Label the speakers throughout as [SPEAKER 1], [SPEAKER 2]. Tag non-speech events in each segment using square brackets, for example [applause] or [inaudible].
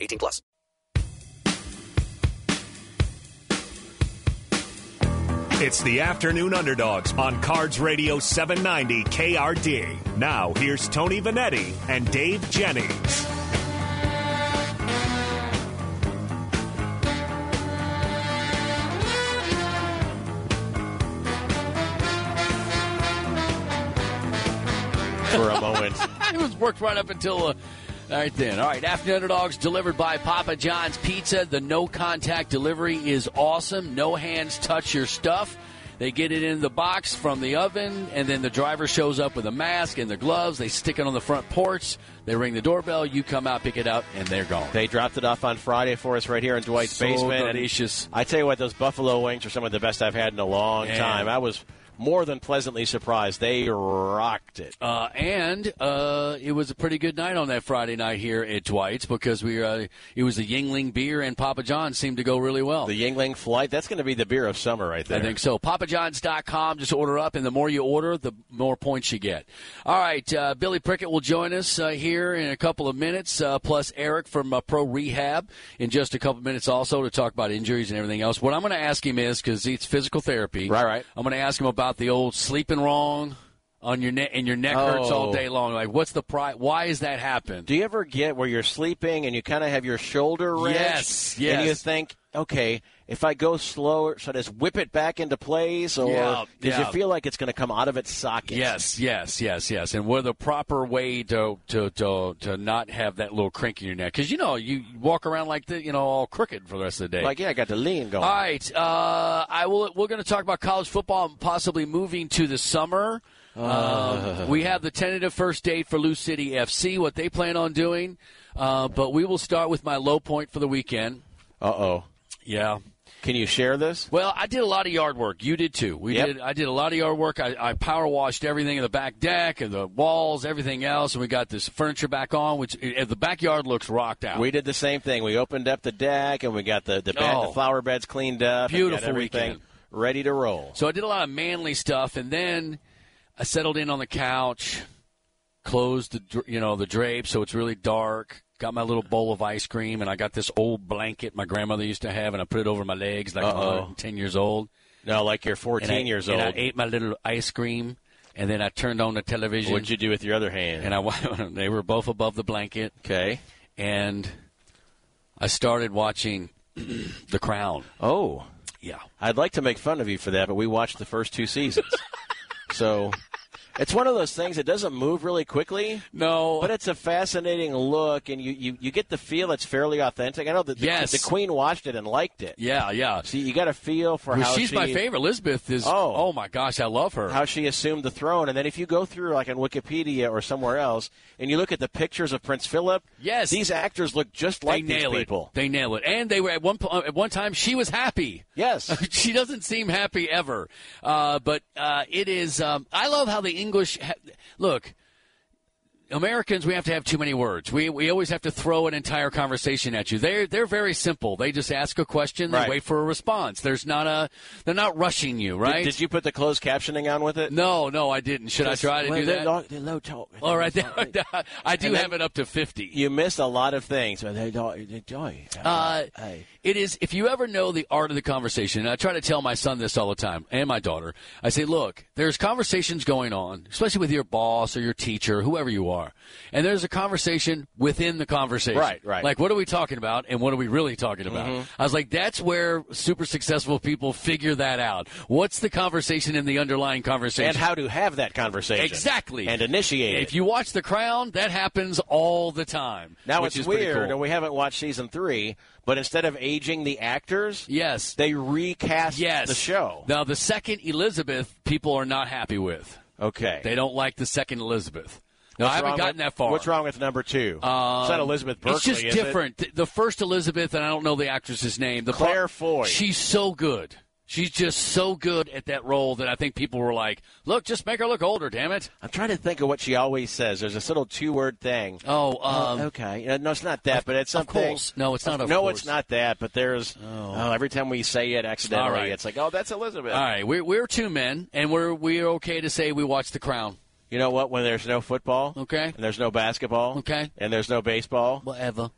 [SPEAKER 1] 18 plus.
[SPEAKER 2] It's the Afternoon Underdogs on Cards Radio 790 KRD. Now, here's Tony Vanetti and Dave Jennings.
[SPEAKER 3] for a moment. [laughs] it was worked right up until. Uh, all right, then. All right. Afternoon Underdogs delivered by Papa John's Pizza. The no contact delivery is awesome. No hands touch your stuff. They get it in the box from the oven, and then the driver shows up with a mask and the gloves. They stick it on the front porch. They ring the doorbell. You come out, pick it up, and they're gone.
[SPEAKER 4] [laughs] They dropped it off on Friday for us right here in Dwight's
[SPEAKER 3] So
[SPEAKER 4] basement. and
[SPEAKER 3] delicious.
[SPEAKER 4] I tell you what, those buffalo wings are some of the best I've had in a long
[SPEAKER 3] Man.
[SPEAKER 4] time. I was more than pleasantly surprised. They rocked it.
[SPEAKER 3] Uh, and uh, it was a pretty good night on that Friday night here at Dwight's because we uh, it was the Yingling beer and Papa John's seemed to go really well.
[SPEAKER 4] The Yingling flight, that's going to be the beer of summer right there.
[SPEAKER 3] I think so. PapaJohns.com. Just order up, and the more you order, the more points you get. All right, uh, Billy Prickett will join us uh, here in a couple of minutes, uh, plus Eric from uh, Pro Rehab in just a couple minutes also to talk about injuries and everything else. What I'm going to ask him is because it's physical therapy.
[SPEAKER 4] Right, right.
[SPEAKER 3] I'm going to ask him about the old sleeping wrong on your neck and your neck hurts all
[SPEAKER 4] Oh.
[SPEAKER 3] day long. Like, what's the pri Why has that happened?
[SPEAKER 4] Do you ever get where you're sleeping and you kind of have your shoulder wrenched?
[SPEAKER 3] Yes,
[SPEAKER 4] And you
[SPEAKER 3] yes.
[SPEAKER 4] think, okay, if I go slower, should I just whip it back into place? Or
[SPEAKER 3] Yeah,
[SPEAKER 4] does
[SPEAKER 3] yeah.
[SPEAKER 4] it feel like it's going to come out of its socket?
[SPEAKER 3] Yes, yes, yes, yes. And what the proper way to to to, to not have that little crank in your neck? Because you know you walk around like the you know all crooked for the rest of the day.
[SPEAKER 4] Like, yeah, I got the lean going.
[SPEAKER 3] all right, uh, I will. We're going to talk about college football and possibly moving to the summer. Um, we have the tentative first date for Lou City FC. What they plan on doing, uh, but we will start with my low point for the weekend.
[SPEAKER 4] Uh-oh.
[SPEAKER 3] Yeah,
[SPEAKER 4] Can you share this?
[SPEAKER 3] well, I did a lot of yard work. You did too. We
[SPEAKER 4] Yep.
[SPEAKER 3] did. I did a lot of yard work. I, I power washed everything in the back deck and the walls, everything else, and we got this furniture back on. Which eh, the backyard looks rocked out.
[SPEAKER 4] We did the same thing. We opened up the deck and we got the the, bed,
[SPEAKER 3] Oh.
[SPEAKER 4] the flower beds cleaned up. and got
[SPEAKER 3] Beautiful
[SPEAKER 4] everything
[SPEAKER 3] weekend.
[SPEAKER 4] ready to roll.
[SPEAKER 3] so I did a lot of manly stuff, and then I settled in on the couch, closed the dr- you know the drape, so it's really dark. Got my little bowl of ice cream, and I got this old blanket my grandmother used to have, and I put it over my legs like I'm
[SPEAKER 4] Uh-oh.
[SPEAKER 3] 110 years old.
[SPEAKER 4] No, like you're 14
[SPEAKER 3] And I-
[SPEAKER 4] years
[SPEAKER 3] and
[SPEAKER 4] old.
[SPEAKER 3] I ate my little ice cream, and then I turned on the television.
[SPEAKER 4] What'd you do with your other hand?
[SPEAKER 3] and I [laughs] they were both above the blanket,
[SPEAKER 4] okay.
[SPEAKER 3] and I started watching [clears throat] The Crown.
[SPEAKER 4] Oh,
[SPEAKER 3] Yeah,
[SPEAKER 4] I'd like to make fun of you for that, but we watched the first two
[SPEAKER 3] [laughs]
[SPEAKER 4] seasons. so it's one of those things. It doesn't move really quickly.
[SPEAKER 3] no,
[SPEAKER 4] But it's a fascinating look, and you, you, you get the feel it's fairly authentic. I know that the,
[SPEAKER 3] Yes.
[SPEAKER 4] the Queen watched it and liked it.
[SPEAKER 3] yeah, yeah.
[SPEAKER 4] See, you got a feel for
[SPEAKER 3] Well,
[SPEAKER 4] how
[SPEAKER 3] she's
[SPEAKER 4] she,
[SPEAKER 3] my favorite. Elizabeth is.
[SPEAKER 4] Oh.
[SPEAKER 3] oh my gosh, I love her.
[SPEAKER 4] how she assumed the throne. And then if you go through, like on Wikipedia or somewhere else, and you look at the pictures of Prince Philip,
[SPEAKER 3] Yes.
[SPEAKER 4] these actors look just
[SPEAKER 3] they
[SPEAKER 4] like these
[SPEAKER 3] nail
[SPEAKER 4] people.
[SPEAKER 3] it. They nail it. And they were at one po- at one time. She was happy.
[SPEAKER 4] Yes.
[SPEAKER 3] she doesn't seem happy ever. Uh, but uh, it is. Um, I love how the English ha- look. Americans, we have to have too many words. We, we always have to throw an entire conversation at you. They're they're very simple. They just ask a question, they
[SPEAKER 4] Right.
[SPEAKER 3] wait for a response. There's not a they're not rushing you, [laughs] right?
[SPEAKER 4] Did you put the closed captioning on with it?
[SPEAKER 3] No, no, I didn't. Should I try to
[SPEAKER 4] Well,
[SPEAKER 3] do
[SPEAKER 4] they're
[SPEAKER 3] that?
[SPEAKER 4] Low, they're low talk.
[SPEAKER 3] All right, [laughs] I do
[SPEAKER 4] And then-
[SPEAKER 3] have it up to fifty.
[SPEAKER 4] You missed a lot of things. Well, they don't- they don't.
[SPEAKER 3] Uh,
[SPEAKER 4] Hey.
[SPEAKER 3] It is if you ever know the art of the conversation. And I try to tell my son this all the time and my daughter. I say, look, there's conversations going on, especially with your boss or your teacher, whoever you are, and there's a conversation within the conversation.
[SPEAKER 4] Right, right. Mm-hmm.
[SPEAKER 3] Like, what are we talking about, and what are we really talking about? I was like, that's where super successful people figure that out. What's the conversation in the underlying conversation?
[SPEAKER 4] and how to have that conversation
[SPEAKER 3] Exactly.
[SPEAKER 4] and initiate it.
[SPEAKER 3] if you watch The Crown, that happens all the time.
[SPEAKER 4] now
[SPEAKER 3] which
[SPEAKER 4] it's
[SPEAKER 3] is pretty
[SPEAKER 4] weird,
[SPEAKER 3] cool.
[SPEAKER 4] and we haven't watched season three, but instead of aging the actors,
[SPEAKER 3] Yes.
[SPEAKER 4] they recast
[SPEAKER 3] Yes.
[SPEAKER 4] the show.
[SPEAKER 3] Now, the second Elizabeth, people are not happy with.
[SPEAKER 4] okay,
[SPEAKER 3] They don't like the second Elizabeth. No, I haven't
[SPEAKER 4] wrong
[SPEAKER 3] gotten
[SPEAKER 4] with-
[SPEAKER 3] that far. Um,
[SPEAKER 4] What's wrong with number two? it's not Elizabeth Berkley.
[SPEAKER 3] It's just
[SPEAKER 4] is it?
[SPEAKER 3] different. The- The first Elizabeth, and I don't know the actress's name. The
[SPEAKER 4] Claire Foy.
[SPEAKER 3] She's so good. She's just so good at that role that I think people were like, "Look, just make her look older, damn it."
[SPEAKER 4] I'm trying to think of what she always says. There's this little two word thing.
[SPEAKER 3] Oh, um,
[SPEAKER 4] okay. Uh, No, it's not that, but it's
[SPEAKER 3] of
[SPEAKER 4] something.
[SPEAKER 3] course. No, it's not of
[SPEAKER 4] no,
[SPEAKER 3] course.
[SPEAKER 4] it's not that. But there's. Oh. every time we say it accidentally,
[SPEAKER 3] All right.
[SPEAKER 4] it's like, oh, that's Elizabeth.
[SPEAKER 3] all right. We're we're two men, and we're we're okay to say we watch The Crown.
[SPEAKER 4] You know what? When there's no football,
[SPEAKER 3] Okay.
[SPEAKER 4] and there's no basketball,
[SPEAKER 3] Okay.
[SPEAKER 4] and there's no baseball,
[SPEAKER 3] Whatever.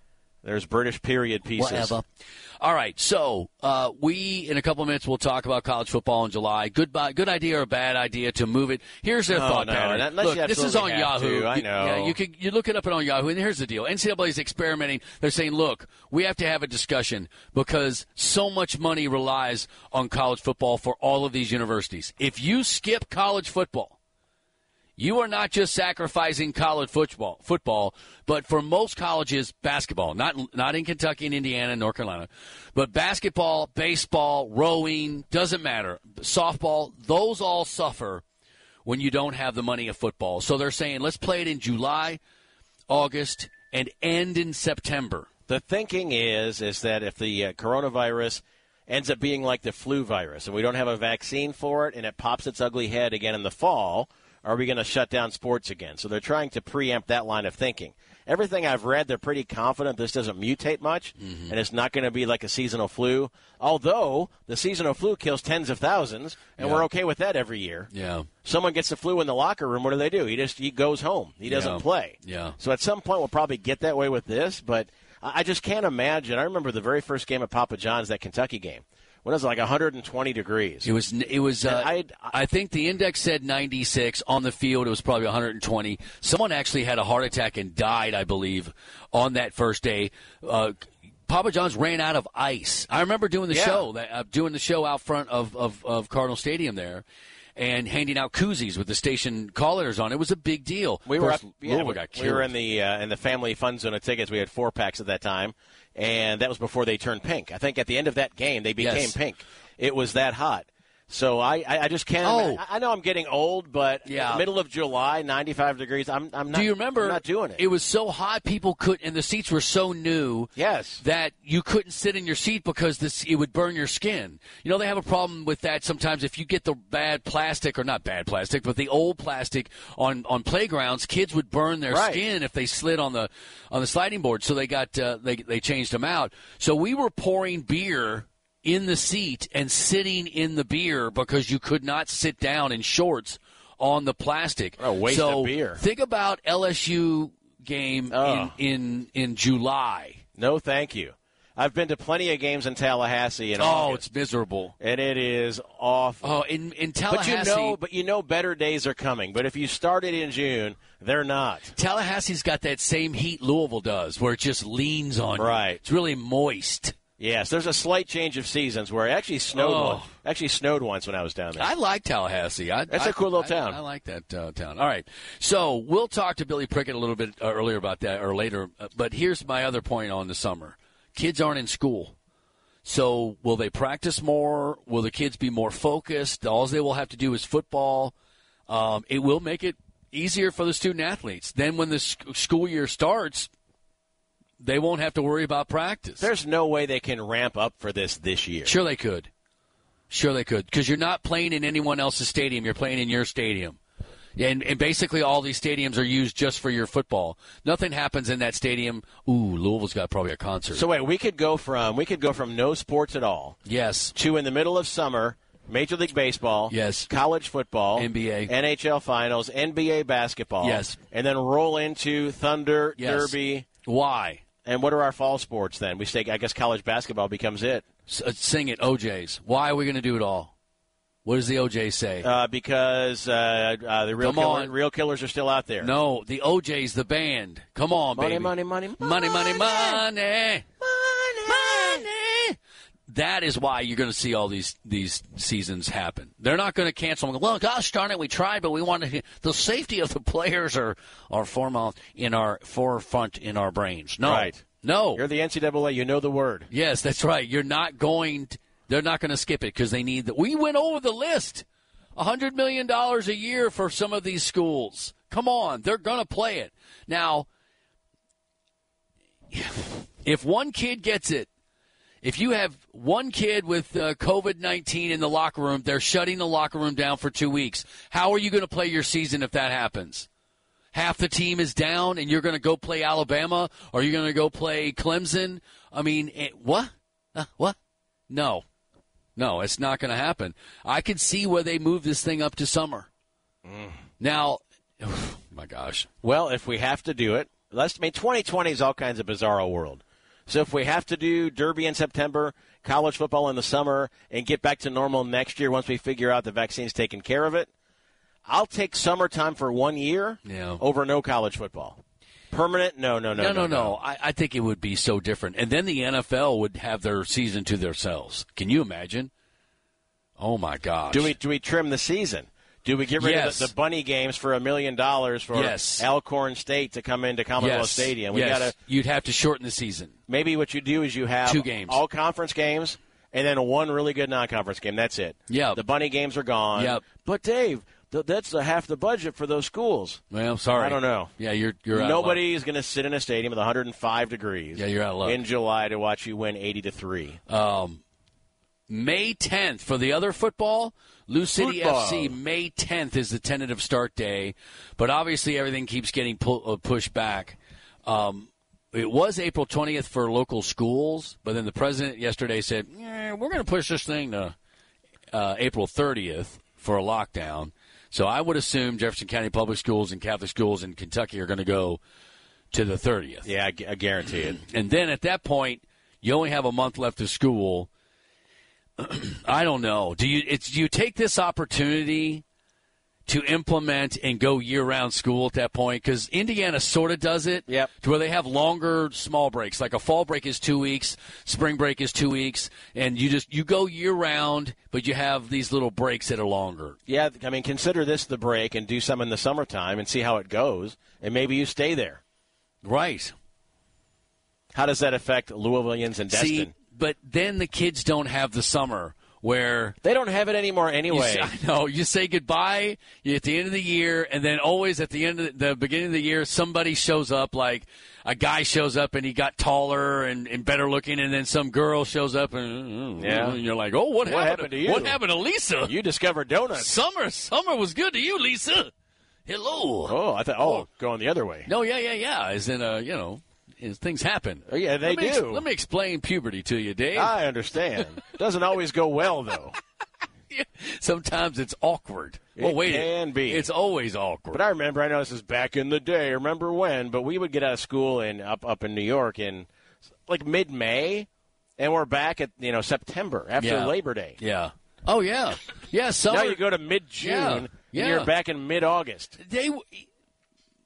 [SPEAKER 4] there's British period pieces.
[SPEAKER 3] Whatever. All right. So uh, we, in a couple of minutes, we'll talk about college football in July. Good, bu- good idea or bad idea to move it. Here's their
[SPEAKER 4] No,
[SPEAKER 3] thought
[SPEAKER 4] no,
[SPEAKER 3] pattern.
[SPEAKER 4] unless
[SPEAKER 3] Look,
[SPEAKER 4] you
[SPEAKER 3] this is on
[SPEAKER 4] absolutely have
[SPEAKER 3] Yahoo.
[SPEAKER 4] to, I
[SPEAKER 3] You- yeah,
[SPEAKER 4] know.
[SPEAKER 3] you could you look it up and on Yahoo. And here's the deal: NCAA is experimenting. They're saying, look, we have to have a discussion because so much money relies on college football for all of these universities. If you skip college football. You are not just sacrificing college football, football, but for most colleges, basketball. Not not in Kentucky and Indiana, and North Carolina, but basketball, baseball, rowing doesn't matter. Softball, those all suffer when you don't have the money of football. So they're saying let's play it in July, August, and end in September.
[SPEAKER 4] The thinking is is that if the uh, coronavirus ends up being like the flu virus and we don't have a vaccine for it and it pops its ugly head again in the fall, are we going to shut down sports again? So they're trying to preempt that line of thinking. Everything I've read, they're pretty confident this doesn't mutate much
[SPEAKER 3] Mm-hmm.
[SPEAKER 4] and it's not going to be like a seasonal flu. Although the seasonal flu kills tens of thousands and we're okay with that every year.
[SPEAKER 3] Yeah.
[SPEAKER 4] Someone gets the flu in the locker room. What do they do? He just he goes home. He doesn't
[SPEAKER 3] Yeah.
[SPEAKER 4] play.
[SPEAKER 3] Yeah.
[SPEAKER 4] So at some point we'll probably get that way with this, but I I just can't imagine. I remember the very first game at Papa John's, that Kentucky game. What is it like 120 degrees?
[SPEAKER 3] It was. It was. Uh, I,
[SPEAKER 4] I'd-
[SPEAKER 3] think the index said 96 on the field. It was probably 120. Someone actually had a heart attack and died, I believe, on that first day. Uh, Papa John's ran out of ice. I remember doing the
[SPEAKER 4] Yeah.
[SPEAKER 3] show, that- uh, doing the show out front of, of, of Cardinal Stadium there, and handing out koozies with the station call letters on. It was a big deal.
[SPEAKER 4] We were
[SPEAKER 3] First,
[SPEAKER 4] up- yeah,
[SPEAKER 3] Lula
[SPEAKER 4] we,
[SPEAKER 3] got
[SPEAKER 4] we were
[SPEAKER 3] killed.
[SPEAKER 4] in the uh, in the family fun zone of tickets. We had four packs at that time, and that was before they turned pink. I think at the end of that game they became
[SPEAKER 3] Yes.
[SPEAKER 4] pink. It was that hot. So I, I, I just can't.
[SPEAKER 3] Oh.
[SPEAKER 4] I- I know I'm getting old, but
[SPEAKER 3] Yeah.
[SPEAKER 4] middle of July, 95 degrees. I'm I'm not.
[SPEAKER 3] Do you remember?
[SPEAKER 4] I'm not doing it.
[SPEAKER 3] It was so hot, people could, and the seats were so new.
[SPEAKER 4] Yes.
[SPEAKER 3] that you couldn't sit in your seat because this it would burn your skin. You know they have a problem with that sometimes. If you get the bad plastic, or not bad plastic, but the old plastic on on playgrounds, kids would burn their
[SPEAKER 4] Right.
[SPEAKER 3] skin if they slid on the on the sliding board. So they got uh, they they changed them out. So we were pouring beer. In the seat and sitting in the beer because you could not sit down in shorts on the plastic.
[SPEAKER 4] What a waste
[SPEAKER 3] so
[SPEAKER 4] of beer.
[SPEAKER 3] Think about LSU game
[SPEAKER 4] Oh.
[SPEAKER 3] in, in in July.
[SPEAKER 4] No, thank you. I've been to plenty of games in Tallahassee, and
[SPEAKER 3] Oh, it's miserable.
[SPEAKER 4] and it is awful.
[SPEAKER 3] Oh, in in
[SPEAKER 4] but
[SPEAKER 3] Tallahassee,
[SPEAKER 4] you know, but you know, better days are coming. But if you started in June, they're not.
[SPEAKER 3] Tallahassee's got that same heat Louisville does, where it just leans on. you.
[SPEAKER 4] Right.
[SPEAKER 3] It's really moist.
[SPEAKER 4] Yes, there's a slight change of seasons where it actually snowed.
[SPEAKER 3] Oh.
[SPEAKER 4] Once. Actually snowed once when I was down there.
[SPEAKER 3] I like Tallahassee. I,
[SPEAKER 4] That's
[SPEAKER 3] a
[SPEAKER 4] a cool little town.
[SPEAKER 3] I, like that uh, town. All right, so we'll talk to Billy Prickett a little bit uh, earlier about that, or later. Uh, But here's my other point on the summer: kids aren't in school, so will they practice more? Will the kids be more focused? All they will have to do is football. Um, it will make it easier for the student athletes. Then, when the sc- school year starts, they won't have to worry about practice.
[SPEAKER 4] there's no way they can ramp up for this this year.
[SPEAKER 3] Sure, they could. Sure, they could. Because you're not playing in anyone else's stadium. You're playing in your stadium. And, and basically, all these stadiums are used just for your football. Nothing happens in that stadium. Ooh, Louisville's got probably a concert.
[SPEAKER 4] So wait, we could go from we could go from no sports at all
[SPEAKER 3] yes.
[SPEAKER 4] to in the middle of summer, Major League Baseball,
[SPEAKER 3] Yes.
[SPEAKER 4] college football,
[SPEAKER 3] NBA.
[SPEAKER 4] NHL finals, NBA basketball,
[SPEAKER 3] Yes.
[SPEAKER 4] and then roll into Thunder,
[SPEAKER 3] Yes.
[SPEAKER 4] Derby,
[SPEAKER 3] Why?
[SPEAKER 4] and what are our fall sports then? We say I guess college basketball becomes it
[SPEAKER 3] S- uh, sing it, OJ's. Why are we going to do it all? What does the OJ say?
[SPEAKER 4] uh, because uh, uh, the real
[SPEAKER 3] Come
[SPEAKER 4] killer,
[SPEAKER 3] on.
[SPEAKER 4] real killers are still out there.
[SPEAKER 3] no, the OJ's the band. Come on,
[SPEAKER 4] money,
[SPEAKER 3] baby.
[SPEAKER 4] money, money,
[SPEAKER 3] money, money, money. money. That is why you're going to see all these these seasons happen. They're not going to cancel. them. Well, gosh darn it, we tried, but we wanted to, the safety of the [laughs] players are are foremost in our forefront in our brains. No,
[SPEAKER 4] Right.
[SPEAKER 3] no.
[SPEAKER 4] You're the NCAA. You know the word.
[SPEAKER 3] yes, that's right. You're not going. t they're not going to skip it because they need. The, we went over the list. hundred million dollars a year for some of these schools. Come on, they're going to play it. Now, [sighs] if one kid gets it, if you have one kid with uh, COVID 19 in the locker room, they're shutting the locker room down for two weeks. How are you going to play your season if that happens? Half the team is down, and you're going to go play Alabama, or you're going to go play Clemson. I mean, it, what? Uh, what? No. No, it's not going to happen. I could see where they move this thing up to summer.
[SPEAKER 4] Mm.
[SPEAKER 3] Now, [sighs] my gosh.
[SPEAKER 4] Well, if we have to do it, let's. I mean, 2020 is all kinds of bizarro world. So if we have to do Derby in September, college football in the summer, and get back to normal next year once we figure out the vaccine's taking care of it, I'll take summertime for one year
[SPEAKER 3] Yeah.
[SPEAKER 4] over no college football. Permanent? No, no, no,
[SPEAKER 3] No, no, no. I, I think it would be so different. And then the NFL would have their season to themselves. Can you imagine? Oh, my gosh.
[SPEAKER 4] Do we do we trim the season? Do we get rid of
[SPEAKER 3] Yes.
[SPEAKER 4] the, the bunny games for a million dollars for
[SPEAKER 3] Yes.
[SPEAKER 4] Alcorn State to come into Commonwealth
[SPEAKER 3] yes.
[SPEAKER 4] Stadium? We
[SPEAKER 3] yes.
[SPEAKER 4] gotta
[SPEAKER 3] You'd have to shorten the season.
[SPEAKER 4] maybe what you do is you have
[SPEAKER 3] Two games.
[SPEAKER 4] all conference games, and then one really good non-conference game. That's it.
[SPEAKER 3] Yep.
[SPEAKER 4] the bunny games are gone.
[SPEAKER 3] Yep.
[SPEAKER 4] But Dave, th- that's the half the budget for those schools.
[SPEAKER 3] Well, sorry.
[SPEAKER 4] I don't know.
[SPEAKER 3] Yeah, you're you're out of luck.
[SPEAKER 4] Nobody is going to sit in a stadium with 105 degrees.
[SPEAKER 3] Yeah, you're out of luck. Uh,
[SPEAKER 4] in July to watch you win 80 to three.
[SPEAKER 3] May 10th for the other football. Lou City
[SPEAKER 4] Football.
[SPEAKER 3] FC, May 10th is the tentative start day, but obviously everything keeps getting pu- uh, pushed back. Um, it was April 20th for local schools, but then the president yesterday said, "Yeah, we're going to push this thing to uh, April 30th for a lockdown. So I would assume Jefferson County Public Schools and Catholic schools in Kentucky are going to go to the 30th.
[SPEAKER 4] yeah, I, gu- I guarantee it.
[SPEAKER 3] And then at that point, you only have a month left of school. [clears throat] I don't know. Do you it's do you take this opportunity to implement and go year round school at that point? Because Indiana sort of does it
[SPEAKER 4] Yep.
[SPEAKER 3] to where they have longer small breaks. Like a fall break is two weeks, spring break is two weeks, and you just you go year round, but you have these little breaks that are longer.
[SPEAKER 4] Yeah, I mean, consider this the break and do some in the summertime and see how it goes, and maybe you stay there.
[SPEAKER 3] Right.
[SPEAKER 4] How does that affect Louisvillians and Destin?
[SPEAKER 3] See, but then the kids don't have the summer where
[SPEAKER 4] they don't have it anymore
[SPEAKER 3] You
[SPEAKER 4] anyway.
[SPEAKER 3] say, I know. You say goodbye at the end of the year, and then always at the end of the, the beginning of the year, somebody shows up. Like a guy shows up, and he got taller and, and better looking, and then some girl shows up, and,
[SPEAKER 4] Yeah.
[SPEAKER 3] and you're like, "Oh, what,
[SPEAKER 4] What happened to you?"
[SPEAKER 3] What happened to Lisa?
[SPEAKER 4] [laughs] you discover donuts.
[SPEAKER 3] summer, summer was good to you, Lisa. Hello.
[SPEAKER 4] Oh, I thought. Oh, going the other way.
[SPEAKER 3] No, yeah, yeah, yeah. As in, uh, you know, as things happen.
[SPEAKER 4] Oh, yeah, they
[SPEAKER 3] let me ex-
[SPEAKER 4] do. Ah.
[SPEAKER 3] let me explain puberty to you, Dave.
[SPEAKER 4] I understand. Doesn't always go well
[SPEAKER 3] [laughs]
[SPEAKER 4] though.
[SPEAKER 3] Sometimes it's awkward.
[SPEAKER 4] It
[SPEAKER 3] well, wait,
[SPEAKER 4] can be.
[SPEAKER 3] It's always awkward.
[SPEAKER 4] But I remember. I know this is back in the day. Remember when? But we would get out of school and up up in New York in like mid May, and we're back at you know September after
[SPEAKER 3] Yeah.
[SPEAKER 4] Labor Day.
[SPEAKER 3] Yeah. Oh yeah. Yeah. Summer.
[SPEAKER 4] Now you go to mid June.
[SPEAKER 3] Yeah, yeah.
[SPEAKER 4] And you're back in mid August.
[SPEAKER 3] they.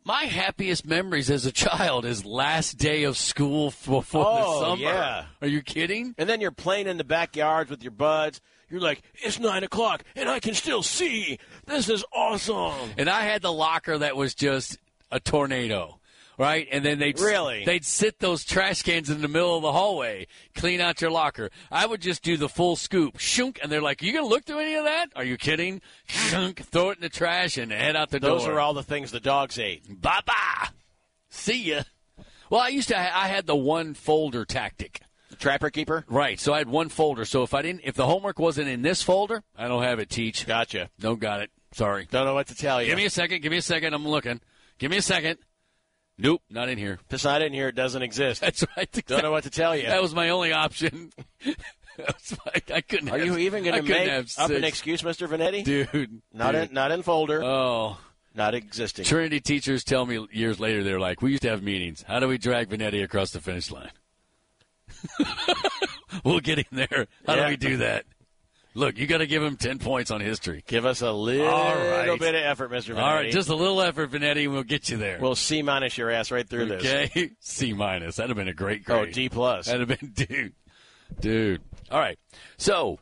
[SPEAKER 3] My happiest memories as a child is last day of school f- before
[SPEAKER 4] Oh,
[SPEAKER 3] the summer.
[SPEAKER 4] yeah.
[SPEAKER 3] Are you kidding?
[SPEAKER 4] And then you're playing in the backyards with your buds. You're like, it's nine o'clock, and I can still see. This is awesome.
[SPEAKER 3] And I had the locker that was just a tornado. Right, and then they'd
[SPEAKER 4] Really?
[SPEAKER 3] they'd sit those trash cans in the middle of the hallway, clean out your locker. I would just do the full scoop, shunk, and they're like, "You gonna look through any of that? Are you kidding?" Shunk, throw it in the trash, and head out the door.
[SPEAKER 4] Those are all the things the dogs ate.
[SPEAKER 3] bye bye. See ya. Well, I used to. I had the one folder tactic.
[SPEAKER 4] Trapper keeper.
[SPEAKER 3] Right. So I had one folder. So if I didn't, if the homework wasn't in this folder, I don't have it. Teach.
[SPEAKER 4] Gotcha.
[SPEAKER 3] Don't got it. Sorry.
[SPEAKER 4] Don't know what to tell you.
[SPEAKER 3] Give me a second. Give me a second. I'm looking. Give me a second. Nope. Not in here. [laughs]
[SPEAKER 4] It's not in here. It doesn't exist.
[SPEAKER 3] That's right.
[SPEAKER 4] Don't know what to tell you.
[SPEAKER 3] [laughs] That was my only option. [laughs] That was my- I couldn't.
[SPEAKER 4] Are
[SPEAKER 3] have- [laughs]
[SPEAKER 4] you even
[SPEAKER 3] I
[SPEAKER 4] going to
[SPEAKER 3] couldn't
[SPEAKER 4] make
[SPEAKER 3] have
[SPEAKER 4] up an
[SPEAKER 3] six.
[SPEAKER 4] excuse, Mister Vanetti?
[SPEAKER 3] dude?
[SPEAKER 4] Not
[SPEAKER 3] dude.
[SPEAKER 4] in, not in folder.
[SPEAKER 3] Oh.
[SPEAKER 4] not existing.
[SPEAKER 3] Trinity teachers tell me years later they're like, we used to have meetings. How do we drag Vanetti across the finish line? [laughs] we'll get him there. How
[SPEAKER 4] Yeah.
[SPEAKER 3] do we do that? Look, you got to give him ten points on history.
[SPEAKER 4] Give us a little
[SPEAKER 3] All right.
[SPEAKER 4] bit of effort, Mister Vanetti.
[SPEAKER 3] All right, just a little effort, Vanetti, and we'll get you there.
[SPEAKER 4] we'll C minus your ass right through this.
[SPEAKER 3] okay, [laughs] C minus. That'd have been a great
[SPEAKER 4] Oh,
[SPEAKER 3] grade.
[SPEAKER 4] D plus.
[SPEAKER 3] That'd have been, [laughs] dude, dude. All right, so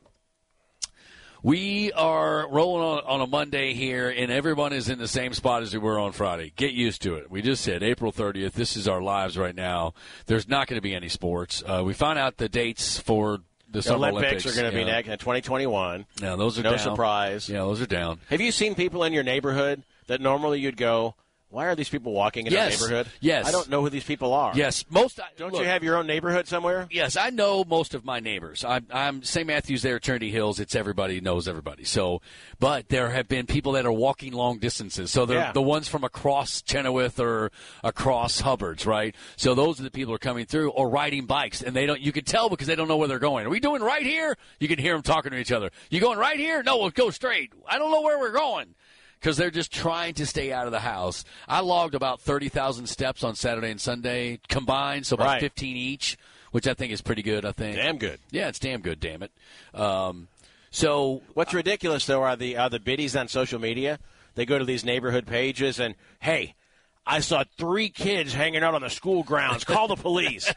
[SPEAKER 3] we are rolling on, on a Monday here, and everyone is in the same spot as we were on Friday. Get used to it. We just said April 30th. This is our lives right now. There's not going to be any sports. Uh, we found out the dates for the Summer
[SPEAKER 4] Olympics,
[SPEAKER 3] Olympics,
[SPEAKER 4] are going to be
[SPEAKER 3] yeah.
[SPEAKER 4] next in 2021.
[SPEAKER 3] Yeah, those are
[SPEAKER 4] No
[SPEAKER 3] down.
[SPEAKER 4] surprise.
[SPEAKER 3] Yeah, those are down.
[SPEAKER 4] Have you seen people in your neighborhood that normally you'd go, why are these people walking in
[SPEAKER 3] Yes.
[SPEAKER 4] our neighborhood?
[SPEAKER 3] Yes.
[SPEAKER 4] I don't know who these people are.
[SPEAKER 3] Yes, most. I-
[SPEAKER 4] Don't
[SPEAKER 3] look,
[SPEAKER 4] you have your own neighborhood somewhere?
[SPEAKER 3] Yes, I know most of my neighbors. I'm, I'm St. Matthews there, Trinity Hills. It's everybody knows everybody. So, but there have been people that are walking long distances. So they're
[SPEAKER 4] Yeah.
[SPEAKER 3] the ones from across Chenoweth or across Hubbard's, right? So those are the people who are coming through or riding bikes, and they don't. You can tell because they don't know where they're going. Are we doing right here? You can hear them talking to each other. You going right here? No, we'll go straight. I don't know where we're going because they're just trying to stay out of the house. I logged about 30,000 steps on Saturday and Sunday combined, so about
[SPEAKER 4] Right.
[SPEAKER 3] 15 each, which I think is pretty good, I think.
[SPEAKER 4] Damn good.
[SPEAKER 3] Yeah, it's damn good, damn it. Um, so,
[SPEAKER 4] What's ridiculous though are the are the biddies on social media. They go to these neighborhood pages and hey, I saw three kids hanging out on the school grounds. Call the
[SPEAKER 3] [laughs]
[SPEAKER 4] police.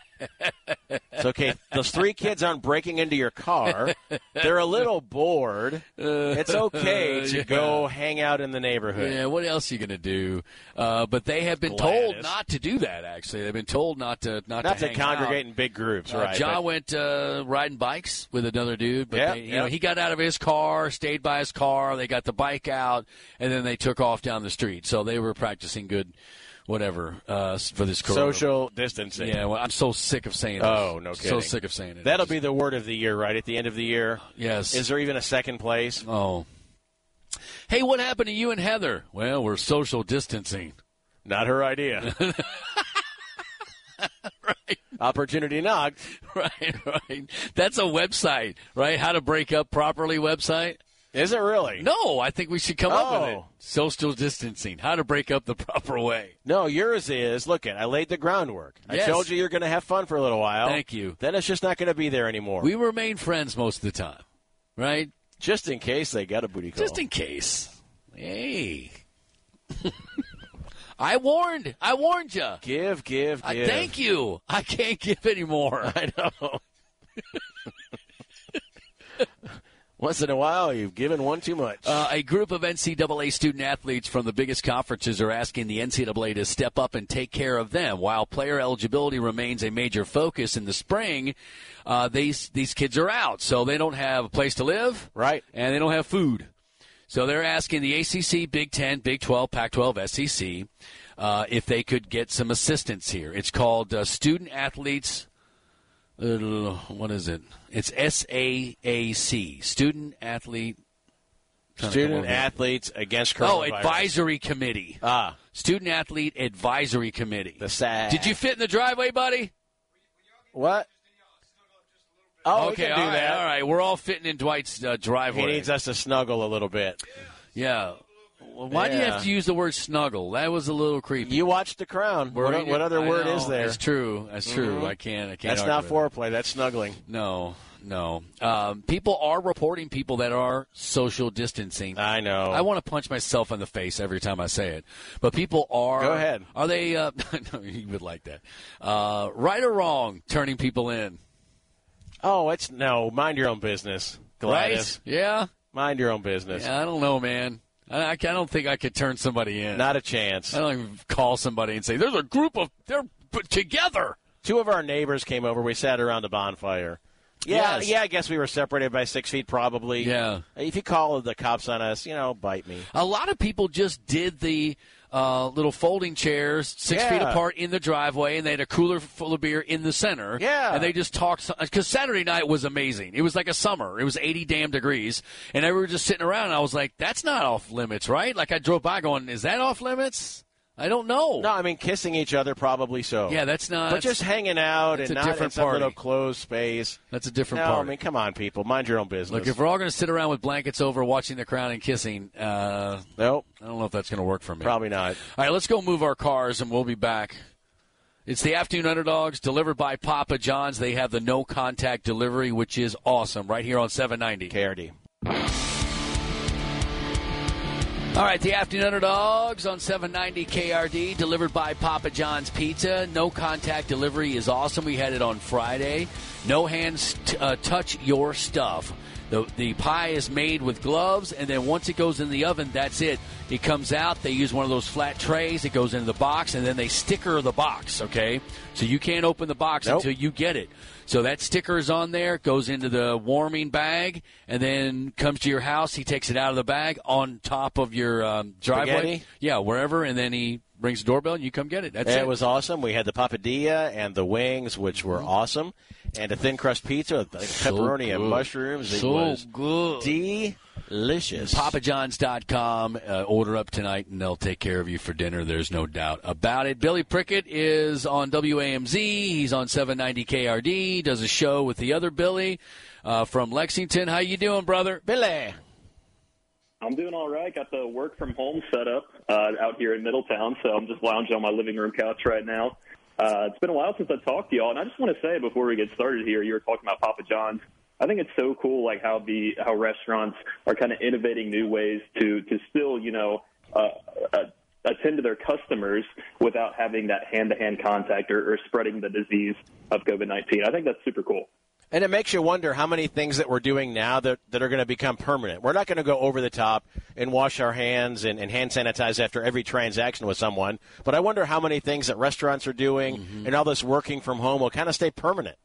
[SPEAKER 4] it's okay. Those three kids aren't breaking into your car. They're a little bored. It's
[SPEAKER 3] [laughs]
[SPEAKER 4] okay to
[SPEAKER 3] yeah.
[SPEAKER 4] go hang out in the neighborhood.
[SPEAKER 3] yeah, what else are you going to do? Uh, but they have been told
[SPEAKER 4] Gladys.
[SPEAKER 3] not to do that, actually. They've been told not to not,
[SPEAKER 4] Not to
[SPEAKER 3] hang
[SPEAKER 4] congregate
[SPEAKER 3] out.
[SPEAKER 4] in big groups,
[SPEAKER 3] Uh,
[SPEAKER 4] right?
[SPEAKER 3] John
[SPEAKER 4] but-
[SPEAKER 3] went uh, riding bikes with another dude, but
[SPEAKER 4] Yeah,
[SPEAKER 3] they, you
[SPEAKER 4] yeah.
[SPEAKER 3] know he got out of his car, stayed by his car. They got the bike out, and then they took off down the street. So they were practicing good, whatever uh, for this corona.
[SPEAKER 4] social distancing.
[SPEAKER 3] Yeah, well, I'm so sick of saying.
[SPEAKER 4] Oh,
[SPEAKER 3] this.
[SPEAKER 4] no
[SPEAKER 3] So
[SPEAKER 4] kidding.
[SPEAKER 3] sick of saying it.
[SPEAKER 4] That'll be the word of the year, right? At the end of the year.
[SPEAKER 3] yes.
[SPEAKER 4] Is there even a second place?
[SPEAKER 3] oh. Hey, what happened to you and Heather? Well, we're social distancing. [laughs]
[SPEAKER 4] Not her idea. Opportunity knocked.
[SPEAKER 3] Right, right. That's a website, right? How to break up properly website.
[SPEAKER 4] Is it really?
[SPEAKER 3] No, I think we should come up with it.
[SPEAKER 4] Oh.
[SPEAKER 3] Social distancing. How to break up the [laughs] proper way.
[SPEAKER 4] No, yours is. Look at. I laid the groundwork.
[SPEAKER 3] Yes.
[SPEAKER 4] I told you you're going to have fun for a little while.
[SPEAKER 3] Thank you.
[SPEAKER 4] Then it's just not going to be there anymore.
[SPEAKER 3] We remain friends most of the time, right?
[SPEAKER 4] just in case they got a booty call.
[SPEAKER 3] Just in case. Hey. [laughs] I warned. I warned you.
[SPEAKER 4] give, give, give.
[SPEAKER 3] I thank you. I can't give anymore.
[SPEAKER 4] [laughs] I know. Once in a while, you've given one too much.
[SPEAKER 3] Uh, a group of NCAA student athletes from the biggest conferences are asking the NCAA to step up and take care of them. While player eligibility remains a major focus in the spring, uh, these these kids are out, so they don't have a place to live,
[SPEAKER 4] Right.
[SPEAKER 3] And they don't have food, so they're asking the ACC, Big Ten, Big Twelve, Pac twelve, SEC uh, if they could get some assistance here. It's called uh, Student Athletes uh, what is it? It's SAAC, Student Athlete. trying to come
[SPEAKER 4] Student
[SPEAKER 3] over here.
[SPEAKER 4] athletes against coronavirus.
[SPEAKER 3] Oh, advisory committee. Uh,
[SPEAKER 4] Ah,
[SPEAKER 3] Student athlete advisory committee.
[SPEAKER 4] the sad.
[SPEAKER 3] Did you fit in the driveway, buddy?
[SPEAKER 4] What? Oh, we
[SPEAKER 3] okay,
[SPEAKER 4] can do
[SPEAKER 3] all right,
[SPEAKER 4] that.
[SPEAKER 3] all right. We're all fitting in Dwight's uh, driveway.
[SPEAKER 4] He needs us to snuggle a little bit.
[SPEAKER 3] yeah. Well, why do you
[SPEAKER 4] Yeah.
[SPEAKER 3] have to use the word snuggle? That was a little creepy.
[SPEAKER 4] You watched The Crown.
[SPEAKER 3] Were
[SPEAKER 4] What,
[SPEAKER 3] you-
[SPEAKER 4] what other
[SPEAKER 3] I
[SPEAKER 4] word
[SPEAKER 3] know,
[SPEAKER 4] is there? Mm-hmm.
[SPEAKER 3] That's true. That's true. I can't. I can't.
[SPEAKER 4] That's
[SPEAKER 3] argue
[SPEAKER 4] not
[SPEAKER 3] with it.
[SPEAKER 4] foreplay. That's snuggling.
[SPEAKER 3] No, no. Um, people are reporting people that are social distancing.
[SPEAKER 4] I know.
[SPEAKER 3] I want to punch myself in the face every time I say it. But people are.
[SPEAKER 4] Go ahead.
[SPEAKER 3] Are they? Uh, [laughs] no, you would like that. Uh, right or wrong, turning people in.
[SPEAKER 4] oh, it's no. Mind your own business, Gladys.
[SPEAKER 3] Right? Yeah.
[SPEAKER 4] Mind your own business.
[SPEAKER 3] Yeah, I don't know, man. I, I don't think I could turn somebody in.
[SPEAKER 4] Not a chance.
[SPEAKER 3] I don't even call somebody and say there's a group of they're p- together.
[SPEAKER 4] Two of our neighbors came over. We sat around a bonfire. Yeah,
[SPEAKER 3] Yes.
[SPEAKER 4] yeah. I guess we were separated by six feet, probably.
[SPEAKER 3] Yeah.
[SPEAKER 4] If you call the cops on us, you know, bite me.
[SPEAKER 3] A lot of people just did the uh, little folding chairs six
[SPEAKER 4] Yeah.
[SPEAKER 3] feet apart in the driveway, and they had a cooler full of beer in the center.
[SPEAKER 4] Yeah.
[SPEAKER 3] And they just talked. Because Saturday night was amazing. It was like a summer. It was 80 damn degrees. And I were just sitting around, and I was like, that's not off limits, right? Like I drove by going, is that off limits? I don't know.
[SPEAKER 4] No, I mean kissing each other, probably so.
[SPEAKER 3] Yeah, that's not.
[SPEAKER 4] But just hanging out
[SPEAKER 3] that's
[SPEAKER 4] and
[SPEAKER 3] a
[SPEAKER 4] not in
[SPEAKER 3] different
[SPEAKER 4] some
[SPEAKER 3] party.
[SPEAKER 4] little closed space.
[SPEAKER 3] That's a different
[SPEAKER 4] No,
[SPEAKER 3] party.
[SPEAKER 4] I mean, come on, people, mind your own business.
[SPEAKER 3] Look, if we're all going to sit around with blankets over, watching The Crown and kissing, uh,
[SPEAKER 4] nope,
[SPEAKER 3] I don't know if that's going to work for me.
[SPEAKER 4] probably not.
[SPEAKER 3] All right, let's go move our cars and we'll be back. It's the afternoon underdogs delivered by Papa John's. They have the no contact delivery, which is awesome, right here on 790.
[SPEAKER 4] KRD.
[SPEAKER 3] All right, the afternoon underdogs on 790 KRD, delivered by Papa John's Pizza. No contact delivery is awesome. We had it on Friday. No hands t- uh, touch your stuff. The, the pie is made with gloves, and then once it goes in the oven, that's it. It comes out. They use one of those flat trays. It goes into the box, and then they sticker the box. Okay, so you can't open the box
[SPEAKER 4] Nope.
[SPEAKER 3] until you get it. So that sticker is on there, goes into the warming bag, and then comes to your house. He takes it out of the bag on top of your um, driveway.
[SPEAKER 4] Spaghetti?
[SPEAKER 3] Yeah, wherever, and then he rings the doorbell, and you come get it. That's
[SPEAKER 4] It
[SPEAKER 3] it.
[SPEAKER 4] was awesome. We had the papadilla and the wings, which were
[SPEAKER 3] Mm-hmm.
[SPEAKER 4] awesome, and a thin crust pizza with like, pepperoni and
[SPEAKER 3] good.
[SPEAKER 4] mushrooms. It
[SPEAKER 3] So
[SPEAKER 4] was
[SPEAKER 3] good.
[SPEAKER 4] delicious.
[SPEAKER 3] PapaJohns.com. Uh, order up tonight, and they'll take care of you for dinner. There's no doubt about it. Billy Prickett is on WAMZ. He's on 790 KRD. Does a show with the other Billy uh, from Lexington. How you doing, brother?
[SPEAKER 4] Billy.
[SPEAKER 5] I'm doing all right. Got the work from home set up uh, out here in Middletown, so I'm just lounging on my living room couch right now. Uh, it's been a while since I talked to y'all, and I just want to say before we get started here, you were talking about Papa John's. I think it's so cool, like how the how restaurants are kind of innovating new ways to to still, you know, uh, uh, attend to their customers without having that hand to hand contact or, or spreading the disease of COVID nineteen. I think that's super cool.
[SPEAKER 4] And it makes you wonder how many things that we're doing now that, that are going to become permanent. We're not going to go over the top and wash our hands and, and hand sanitize after every transaction with someone. But I wonder how many things that restaurants are doing
[SPEAKER 3] Mm-hmm.
[SPEAKER 4] and all this working from home will kind of stay permanent.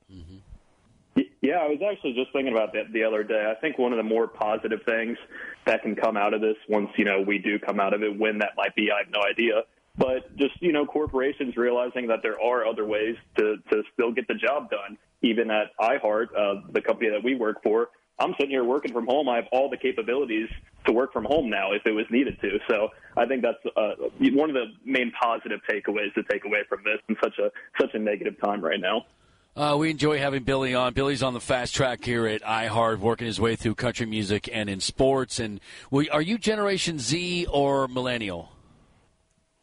[SPEAKER 5] Y- Yeah, I was actually just thinking about that the other day. I think one of the more positive things that can come out of this, once you know we do come out of it, when that might be, I have no idea. But just you know, corporations realizing that there are other ways to to still get the job done. Even at iHeart, uh, the company that we work for, I'm sitting here working from home. I have all the capabilities to work from home now if it was needed to. So I think that's uh, one of the main positive takeaways to take away from this in such a such a negative time right now.
[SPEAKER 3] Uh, we enjoy having Billy on. Billy's on the fast track here at iHeart, working his way through country music and in sports. And we, are you Generation Z or Millennial?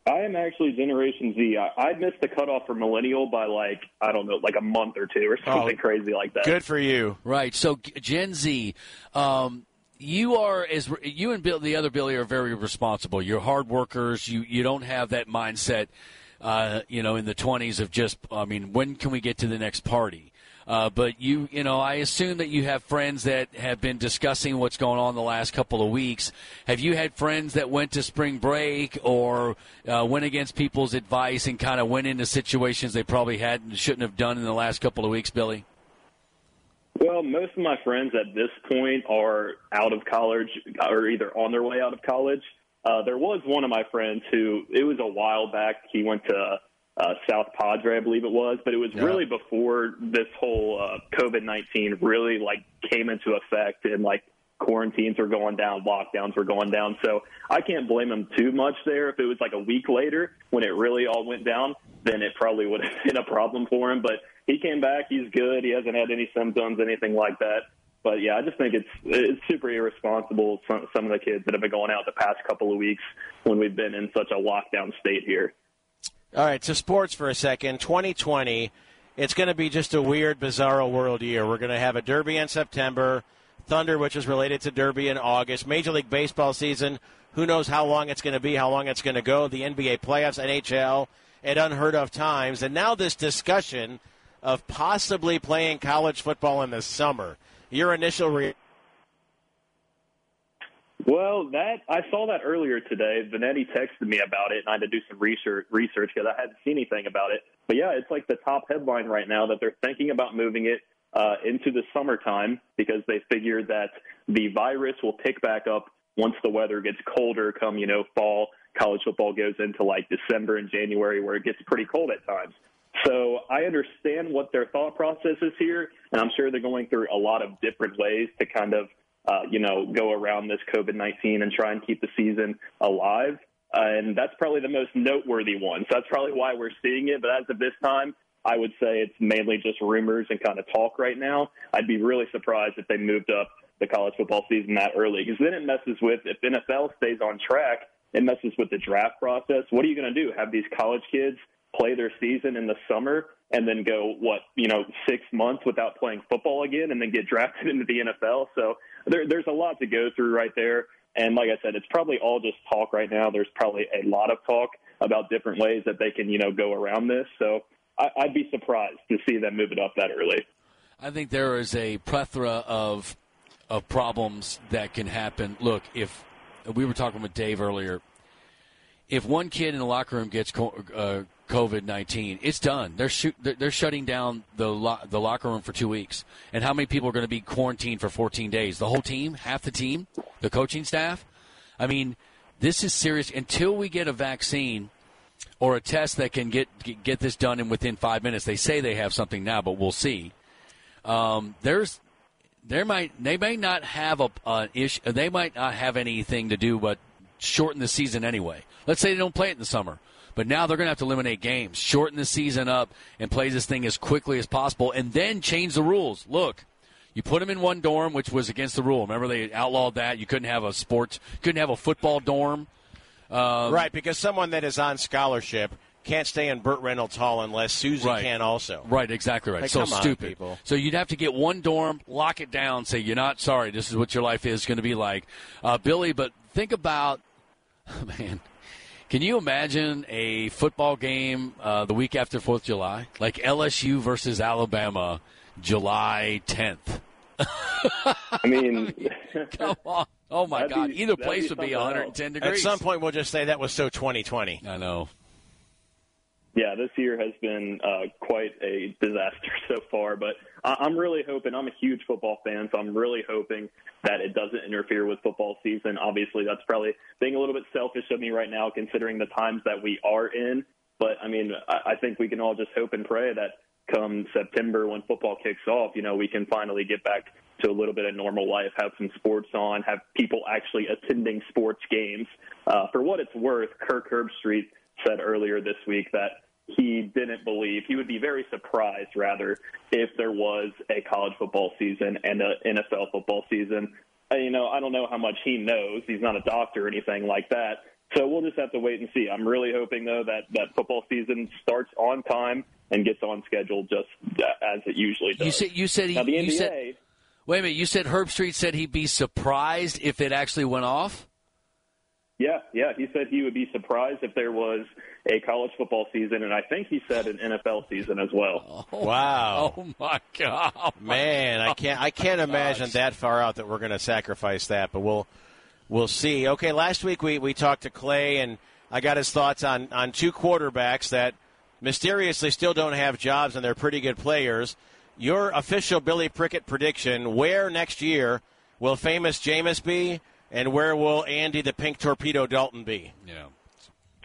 [SPEAKER 5] I am actually Generation Z. I, I missed the cutoff for millennial by like I don't know, like a month or two or something
[SPEAKER 4] Oh.
[SPEAKER 5] crazy like that.
[SPEAKER 4] Good for you.
[SPEAKER 3] Right. So G- Gen Z, um, you are as you and Bill, the other Billy are very responsible. You're hard workers. You you don't have that mindset, uh, you know, in the 20s of just I mean, when can we get to the next party? Uh, but you you know, I assume that you have friends that have been discussing what's going on the last couple of weeks. Have you had friends that went to spring break or uh, went against people's advice and kind of went into situations they probably had and shouldn't have done in the last couple of weeks, Billy?
[SPEAKER 5] Well, most of my friends at this point are out of college or either on their way out of college. Uh, there was one of my friends who it was a while back. He went to uh, South Padre, I believe it was, but it was really before this whole uh, COVID nineteen really like came into effect and like quarantines were going down, lockdowns were going down. So I can't blame him too much there. If it was like a week later when it really all went down, then it probably would have [laughs] been a problem for him. But he came back. He's good. He hasn't had any symptoms, anything like that. But yeah, I just think it's it's super irresponsible. Some, some of the kids that have been going out the past couple of weeks when we've been in such a lockdown state here.
[SPEAKER 4] All right, so sports for a second. 2020, it's going to be just a weird, bizarro world year. We're going to have a derby in September, Thunder, which is related to Derby in August, Major League Baseball season. Who knows how long it's going to be, how long it's going to go, the NBA playoffs, NHL, at unheard of times. And now this discussion of possibly playing college football in the summer. Your initial reaction.
[SPEAKER 5] Well, that I saw that earlier today. Vanetti texted me about it, and I had to do some research research because I hadn't seen anything about it. But yeah, it's like the top headline right now that they're thinking about moving it uh, into the summertime because they figure that the virus will pick back up once the weather gets colder. Come you know fall, college football goes into like December and January where it gets pretty cold at times. So I understand what their thought process is here, and I'm sure they're going through a lot of different ways to kind of uh, you know, go around this COVID 19 and try and keep the season alive. Uh, and that's probably the most noteworthy one. So that's probably why we're seeing it. But as of this time, I would say it's mainly just rumors and kind of talk right now. I'd be really surprised if they moved up the college football season that early because then it messes with, if NFL stays on track, it messes with the draft process. What are you going to do? Have these college kids play their season in the summer and then go what you know six months without playing football again and then get [laughs] drafted into the NFL. So there, there's a lot to go through right there. And like I said, it's probably all just talk right now. There's probably a lot of talk about different ways that they can you know go around this. So I, I'd be surprised to see them move it up that early.
[SPEAKER 3] I think there is a plethora of of problems that can happen. Look, if we were talking with Dave earlier, if one kid in the locker room gets co- uh, COVID nineteen, it's done. They're shoot, they're, they're shutting down the lo- the locker room for two weeks. And how many people are going to be quarantined for fourteen days? The whole team, half the team, the coaching staff. I mean, this is serious. Until we get a vaccine, or a test that can get get this done in within five minutes. They say they have something now, but we'll see. Um, there's there might they may not have a an issue. They might not have anything to do but shorten the season anyway. Let's say they don't play it in the summer. But now they're going to have to eliminate games, shorten the season up, and play this thing as quickly as possible, and then change the rules. Look, you put them in one dorm, which was against the rule. Remember, they outlawed that. You couldn't have a sports, couldn't have a football dorm. Um,
[SPEAKER 4] right, because someone that is on scholarship can't stay in Burt Reynolds Hall unless Susie
[SPEAKER 3] Right.
[SPEAKER 4] can also.
[SPEAKER 3] Right, exactly right.
[SPEAKER 4] Like,
[SPEAKER 3] so
[SPEAKER 4] come on,
[SPEAKER 3] stupid.
[SPEAKER 4] people.
[SPEAKER 3] So you'd have to get one dorm, lock it down, say you're not sorry. This is what your life is going to be like, uh, Billy. But think about, [laughs] man, can you imagine a football game uh, the week after Fourth of July, like LSU versus Alabama, July 10th?
[SPEAKER 5] I mean,
[SPEAKER 3] Come on. Oh my
[SPEAKER 5] That'd
[SPEAKER 3] God!
[SPEAKER 5] be-
[SPEAKER 3] Either
[SPEAKER 5] that'd
[SPEAKER 3] place
[SPEAKER 5] be
[SPEAKER 3] would be
[SPEAKER 5] something else.
[SPEAKER 3] 110
[SPEAKER 4] At
[SPEAKER 3] degrees.
[SPEAKER 4] some point, we'll just say that was so 2020.
[SPEAKER 3] I know.
[SPEAKER 5] yeah, this year has been uh, quite a disaster [laughs] so far. But I- I'm really hoping. I'm a huge football fan, so I'm really hoping that it doesn't interfere with football season. Obviously, that's probably being a little bit selfish of me right now, considering the times that we are in. But I mean, I, I think we can all just hope and pray that come September when football kicks off, you know, we can finally get back to a little bit of normal life, have some sports on, have people actually attending sports games. Uh, for what it's worth, Kirk Herbstreit said earlier this week that he didn't believe he would be very surprised rather if there was a college football season and a NFL football season. Uh, You know, I don't know how much he knows. He's not a doctor or anything like that. So we'll just have to wait and see. I'm really hoping though that that football season starts on time and gets on schedule just uh, as it usually does.
[SPEAKER 3] You said you said he,
[SPEAKER 5] now the
[SPEAKER 3] you
[SPEAKER 5] NBA,
[SPEAKER 3] said wait a minute. You said Herb Street said he'd be surprised if it actually went off. [laughs]
[SPEAKER 5] yeah, yeah, he said he would be surprised if there was a college football season, and I think he said an NFL season as well.
[SPEAKER 4] Wow.
[SPEAKER 3] [laughs] Oh my god,
[SPEAKER 4] Man, I can't I can't imagine that far out that we're going to sacrifice that, but we'll we'll see. Okay, last week we, we talked to Clay and I got his thoughts on on two quarterbacks that mysteriously still don't have jobs and they're pretty good players. Your official Billy Prickett prediction: Where next year will famous Jameis be, and where will Andy the Pink Torpedo Dalton be?
[SPEAKER 3] Yeah.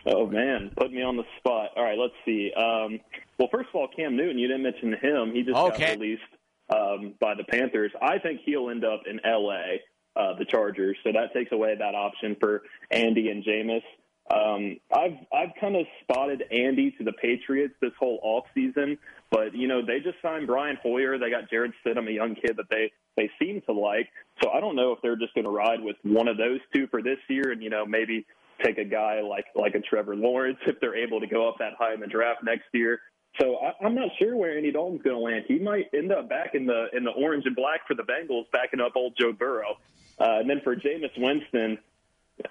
[SPEAKER 5] Oh man, put me on the spot. All right, let's see. Um, well, first of all, Cam Newton, you didn't mention him. He just
[SPEAKER 4] Okay.
[SPEAKER 5] got released um, by the Panthers. I think he'll end up in L.A. Uh, the Chargers, so that takes away that option for Andy and Jameis. Um, I've I've kind of spotted Andy to the Patriots this whole off season, but you know they just signed Brian Hoyer. They got Jared Stidham, a young kid that they they seem to like. So I don't know if they're just going to ride with one of those two for this year, and you know maybe take a guy like like a Trevor Lawrence if they're able to go up that high in the draft next year. So I, I'm not sure where Andy Dalton's going to land. He might end up back in the in the orange and black for the Bengals, backing up old Joe Burrow. Uh, and then for Jameis Winston,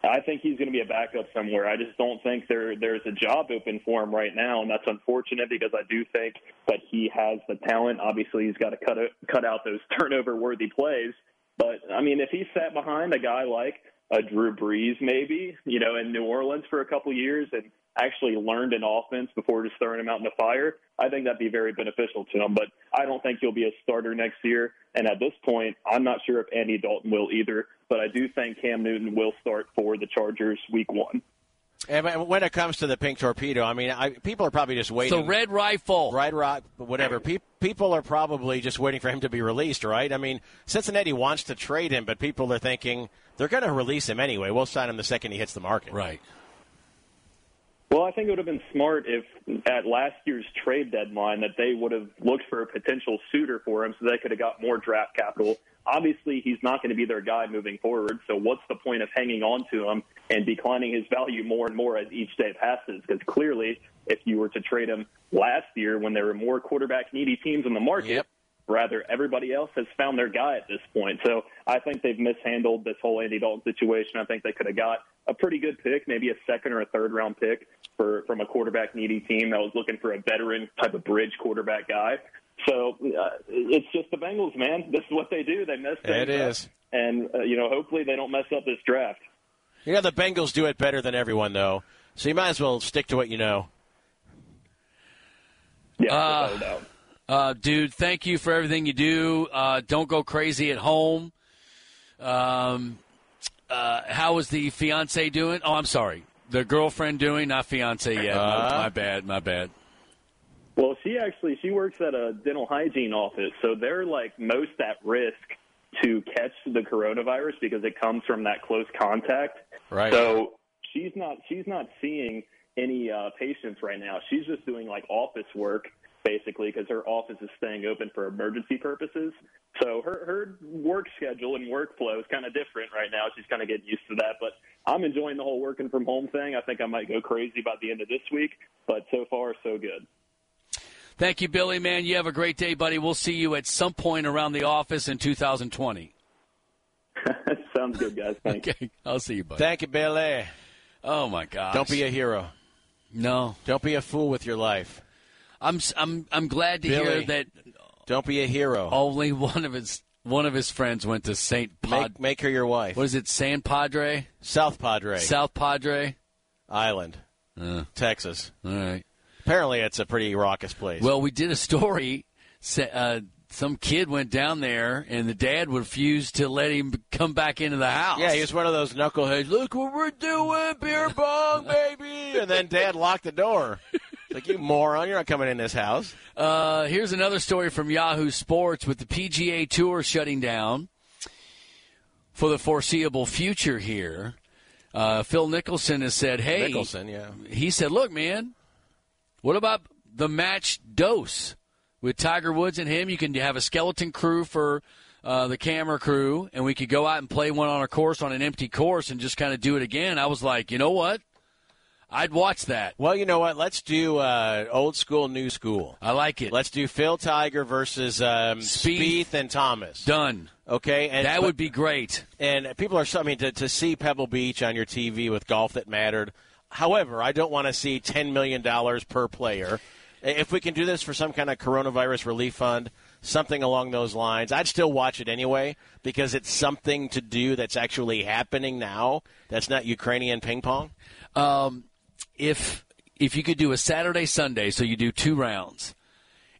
[SPEAKER 5] I think he's going to be a backup somewhere. I just don't think there there's a job open for him right now, and that's unfortunate because I do think that he has the talent. Obviously, he's got to cut cut out those [laughs] turnover worthy plays. But I mean, if he sat behind a guy like a Drew Brees, maybe you know, in New Orleans for a couple years, and actually learned an offense before just throwing him out in the fire, I think that'd be very beneficial to him. But I don't think he'll be a starter next year. And at this point, I'm not sure if Andy Dalton will either. But I do think Cam Newton will start for the Chargers Week One.
[SPEAKER 4] And when- when it comes to the Pink Torpedo, I mean, I, people are probably just waiting.
[SPEAKER 3] The red rifle.
[SPEAKER 4] Right Rock, whatever. Pe- people are probably just waiting for him to be released, right? I mean, Cincinnati wants to trade him, but people are thinking they're going to release him anyway. We'll sign him the second he hits the market.
[SPEAKER 3] Right.
[SPEAKER 5] Well, I think it would have been smart if at last year's trade deadline that they would have looked for a potential suitor for him so they could have got more draft capital. Obviously, he's not going to be their guy moving forward, so what's the point of hanging on to him and declining his value more and more as each day passes? Because clearly, if you were to trade him last year when there were more quarterback needy teams on the market,
[SPEAKER 3] Yep.
[SPEAKER 5] rather everybody else has found their guy at this point. So I think they've mishandled this whole Andy Dalton situation. I think they could have got a pretty good pick, maybe a second or a third round pick for from a quarterback needy team that was looking for a veteran type of bridge quarterback guy. So uh, it's just the Bengals, man. This is what they do. They mess things
[SPEAKER 4] It is.
[SPEAKER 5] up, and uh, you know hopefully they don't mess up this draft.
[SPEAKER 4] You know, the Bengals do it better than everyone, though. So you might as well stick to what you know.
[SPEAKER 5] Yeah,
[SPEAKER 3] Uh,
[SPEAKER 5] without a doubt.
[SPEAKER 3] Uh, dude, thank you for everything you do. Uh, don't go crazy at home. Um, uh, how is the fiance doing? Oh, I'm sorry. the girlfriend doing? Not fiance yet. My-
[SPEAKER 4] Uh.
[SPEAKER 3] my bad. My bad.
[SPEAKER 5] Well, she actually she works at a dental hygiene office, so they're like most at risk to catch the coronavirus because it comes from that close contact.
[SPEAKER 4] Right.
[SPEAKER 5] So she's not she's not seeing any uh, patients right now. She's just doing like office work basically because her office is staying open for emergency purposes. So her her work schedule and workflow is kind of different right now. She's kind of getting used to that, but I'm enjoying the whole working from home thing. I think I might go crazy by the end of this week, but so far so good.
[SPEAKER 3] Thank you, Billy. Man, you have a great day, buddy. We'll see you at some point around the office in 2020.
[SPEAKER 5] [laughs] Sounds good, guys. Thanks.
[SPEAKER 3] [laughs] Okay, I'll see you, buddy.
[SPEAKER 4] Thank you, Billy.
[SPEAKER 3] Oh my God!
[SPEAKER 4] Don't be a hero.
[SPEAKER 3] no.
[SPEAKER 4] Don't be a fool with your life.
[SPEAKER 3] I'm s- I'm I'm glad to
[SPEAKER 4] Billy.
[SPEAKER 3] hear that
[SPEAKER 4] Don't be a hero.
[SPEAKER 3] only [laughs] one of his one of his friends went to Saint Pod.
[SPEAKER 4] make, make her your wife.
[SPEAKER 3] What is it? San Padre,
[SPEAKER 4] South Padre
[SPEAKER 3] South Uh. Padre.
[SPEAKER 4] Island, Texas.
[SPEAKER 3] All right.
[SPEAKER 4] Apparently, it's a pretty raucous place.
[SPEAKER 3] Well, we did a story. sa- Uh, some kid went down there, and the dad refused to let him come back into the house.
[SPEAKER 4] yeah, he was one of those knuckleheads. Look what we're doing, beer bong, baby. And then Dad locked the door. It's like you moron, you're not coming in this house.
[SPEAKER 3] Uh, here's another story from Yahoo Sports with the PGA Tour shutting down for the foreseeable future here. Uh, Phil Nicholson has said, hey,
[SPEAKER 4] Nicholson, yeah.
[SPEAKER 3] he said, look, man, what about the match dose with Tiger Woods and him? You can have a skeleton crew for uh, the camera crew, and we could go out and play one on a course on an empty course and just kind of do it again. I was like, you know what? I'd watch that.
[SPEAKER 4] Well, you know what? Let's do uh, old school, new school.
[SPEAKER 3] I like it.
[SPEAKER 4] Let's do Phil Tiger versus um,
[SPEAKER 3] Uh, Spieth.
[SPEAKER 4] Spieth and Thomas.
[SPEAKER 3] Done.
[SPEAKER 4] Okay, Oh, and
[SPEAKER 3] That
[SPEAKER 4] but-
[SPEAKER 3] would be great.
[SPEAKER 4] and people are. so- I mean, to, to see Pebble Beach on your TV with golf that mattered. However, I don't want to see ten million dollars per player. If we can do this for some kind of coronavirus relief fund, something along those lines, I'd still watch it anyway because it's something to do that's actually happening now. That's not Ukrainian ping pong.
[SPEAKER 3] um, if if you could do a Saturday Sunday, so you do two rounds,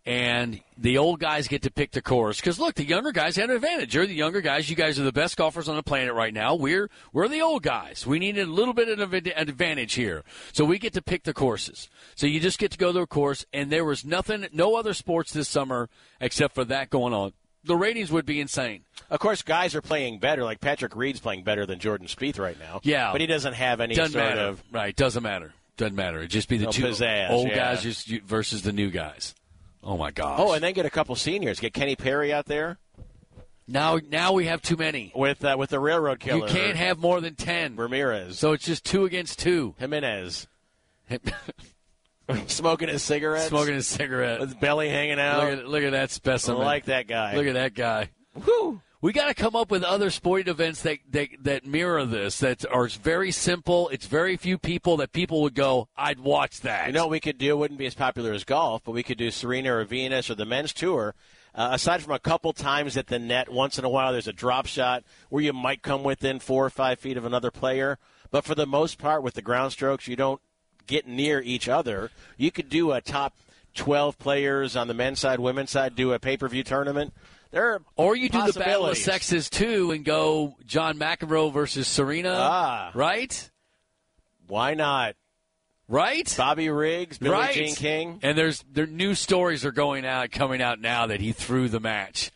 [SPEAKER 3] and the old guys get to pick the course because look, the younger guys had an advantage. You're the younger guys. You guys are the best golfers on the planet right now. We're we're the old guys. We need a little bit of an advantage here, so we get to pick the courses. So you just get to go to a course, and there was nothing, no other sports this summer except for that going on. The ratings would be insane.
[SPEAKER 4] Of course, guys are playing better. Like Patrick Reed's playing better than Jordan Spieth right now.
[SPEAKER 3] Yeah.
[SPEAKER 4] but he doesn't have any
[SPEAKER 3] doesn't
[SPEAKER 4] sort
[SPEAKER 3] matter.
[SPEAKER 4] of
[SPEAKER 3] right, doesn't matter. Doesn't matter. It'd just be the
[SPEAKER 4] No
[SPEAKER 3] two
[SPEAKER 4] pizzazz,
[SPEAKER 3] old
[SPEAKER 4] yeah.
[SPEAKER 3] guys just you- versus the new guys. Oh my gosh.
[SPEAKER 4] Oh, and then get a couple seniors. Get Kenny Perry out there
[SPEAKER 3] now now we have too many.
[SPEAKER 4] with uh, with the railroad killer.
[SPEAKER 3] You can't have more than 10.
[SPEAKER 4] Ramirez,
[SPEAKER 3] So it's just two against two. [laughs]
[SPEAKER 4] Jimenez smoking his cigarettes,
[SPEAKER 3] Smoking a cigarette. Look
[SPEAKER 4] his belly hanging out.
[SPEAKER 3] at, look at that
[SPEAKER 4] I
[SPEAKER 3] specimen.
[SPEAKER 4] like that guy.
[SPEAKER 3] Look at that guy.
[SPEAKER 4] Whew.
[SPEAKER 3] We got to come up with other sporting events that, that that mirror this. That are very simple. It's very few people that people would go. I'd watch that.
[SPEAKER 4] You know what we could do? It wouldn't be as popular as golf, but we could do Serena or Venus or the men's tour. Uh, aside from a couple times at the net, once in a while there's a drop shot where you might come within four or five feet of another player. But for the most part, with the ground strokes, you don't get near each other. You could do a top 12 players on the men's side, women's side, do a pay per view tournament. There are
[SPEAKER 3] Or you do the Battle of
[SPEAKER 4] possibilities.
[SPEAKER 3] Sexes too and go John McEnroe versus Serena.
[SPEAKER 4] Ah.
[SPEAKER 3] Right?
[SPEAKER 4] Why not?
[SPEAKER 3] Right?
[SPEAKER 4] Bobby Riggs, Billie
[SPEAKER 3] right.
[SPEAKER 4] Jean King.
[SPEAKER 3] And there's there new stories are going out coming out now that he threw the match.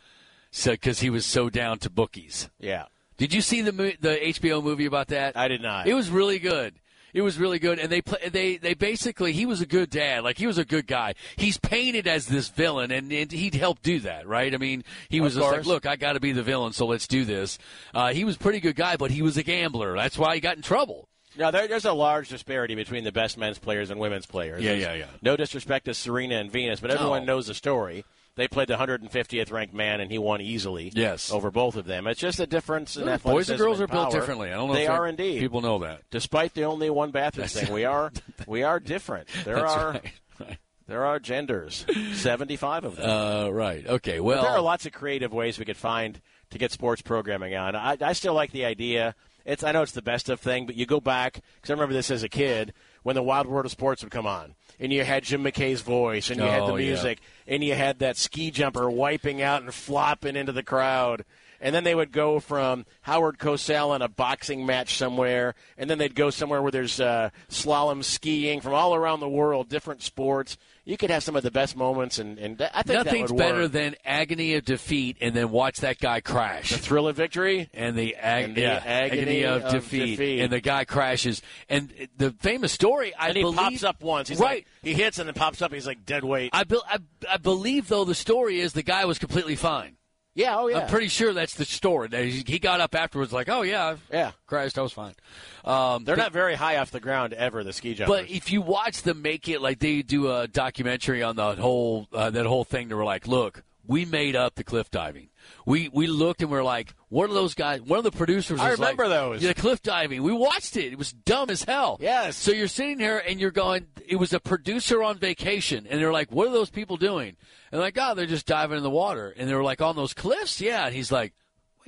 [SPEAKER 3] So cuz he was so down to bookies.
[SPEAKER 4] Yeah,
[SPEAKER 3] Did you see the mo- the HBO movie about that?
[SPEAKER 4] I did not.
[SPEAKER 3] It was really good. It was really good, and they play, they they basically he was a good dad, like he was a good guy. He's painted as this villain, and, and he'd help do that, right? I mean, he was just like,
[SPEAKER 4] course.
[SPEAKER 3] look, I got to be the villain, so let's do this. Uh, he was a pretty good guy, but he was a gambler. That's why he got in trouble.
[SPEAKER 4] No, there, there's a large disparity between the best men's players and women's players.
[SPEAKER 3] Yeah,
[SPEAKER 4] There's
[SPEAKER 3] yeah, yeah.
[SPEAKER 4] No disrespect to Serena and Venus, but everyone
[SPEAKER 3] No.
[SPEAKER 4] knows the story. They played the 150th ranked man, and he won easily.
[SPEAKER 3] Yes.
[SPEAKER 4] over both of them. It's just a difference in athleticism.
[SPEAKER 3] Boys and girls are
[SPEAKER 4] and
[SPEAKER 3] built
[SPEAKER 4] power.
[SPEAKER 3] differently. I don't know.
[SPEAKER 4] They
[SPEAKER 3] if
[SPEAKER 4] are indeed.
[SPEAKER 3] People know that.
[SPEAKER 4] Despite the only one bathroom thing, we are we are different. There
[SPEAKER 3] That's
[SPEAKER 4] are
[SPEAKER 3] right. Right.
[SPEAKER 4] there are genders, 75 of them.
[SPEAKER 3] Uh, right. Okay. Well,
[SPEAKER 4] But there are lots of creative ways we could find to get sports programming on. I, I still like the idea. It's I know it's the best of thing, but you go back because I remember this as a kid when the Wild World of Sports would come on, and you had Jim McKay's voice, and you had the
[SPEAKER 3] Oh, yeah.
[SPEAKER 4] music, and you had that ski jumper wiping out and flopping into the crowd. And then they would go from Howard Cosell in a boxing match somewhere, and then they'd go somewhere where there's uh, slalom skiing from all around the world, different sports. You could have some of the best moments, and, and I think that
[SPEAKER 3] Nothing's
[SPEAKER 4] would
[SPEAKER 3] better
[SPEAKER 4] work.
[SPEAKER 3] than agony of defeat and then watch that guy crash.
[SPEAKER 4] the thrill of victory.
[SPEAKER 3] and the, ag-
[SPEAKER 4] And the
[SPEAKER 3] yeah, agony,
[SPEAKER 4] agony
[SPEAKER 3] of,
[SPEAKER 4] of
[SPEAKER 3] defeat.
[SPEAKER 4] defeat.
[SPEAKER 3] and the guy crashes. And the famous story, I
[SPEAKER 4] And he
[SPEAKER 3] believe,
[SPEAKER 4] pops up once. He's
[SPEAKER 3] right?
[SPEAKER 4] Like, he hits and then pops up. He's like dead weight.
[SPEAKER 3] I, be- I, I believe though the story is the guy was completely fine.
[SPEAKER 4] yeah, oh yeah.
[SPEAKER 3] I'm pretty sure that's the story. That He he got up afterwards like, oh yeah, I
[SPEAKER 4] Yeah.
[SPEAKER 3] crashed. I was fine. Um,
[SPEAKER 4] They're not very high off the ground ever. The ski jumpers.
[SPEAKER 3] But if you watch them make it, like they do a documentary on the whole uh, that whole thing, they were like, "Look, we made up the cliff diving. We we looked and we're like, one of those guys, one of the producers.
[SPEAKER 4] I
[SPEAKER 3] was like,
[SPEAKER 4] remember those.
[SPEAKER 3] Yeah, cliff diving. We watched it. It was dumb as hell.
[SPEAKER 4] Yes.
[SPEAKER 3] So you're sitting here and you're going, it was a producer on vacation, and they're like, what are those people doing? And like, oh, they're just diving in the water, and they were like, on those cliffs, yeah. And he's like.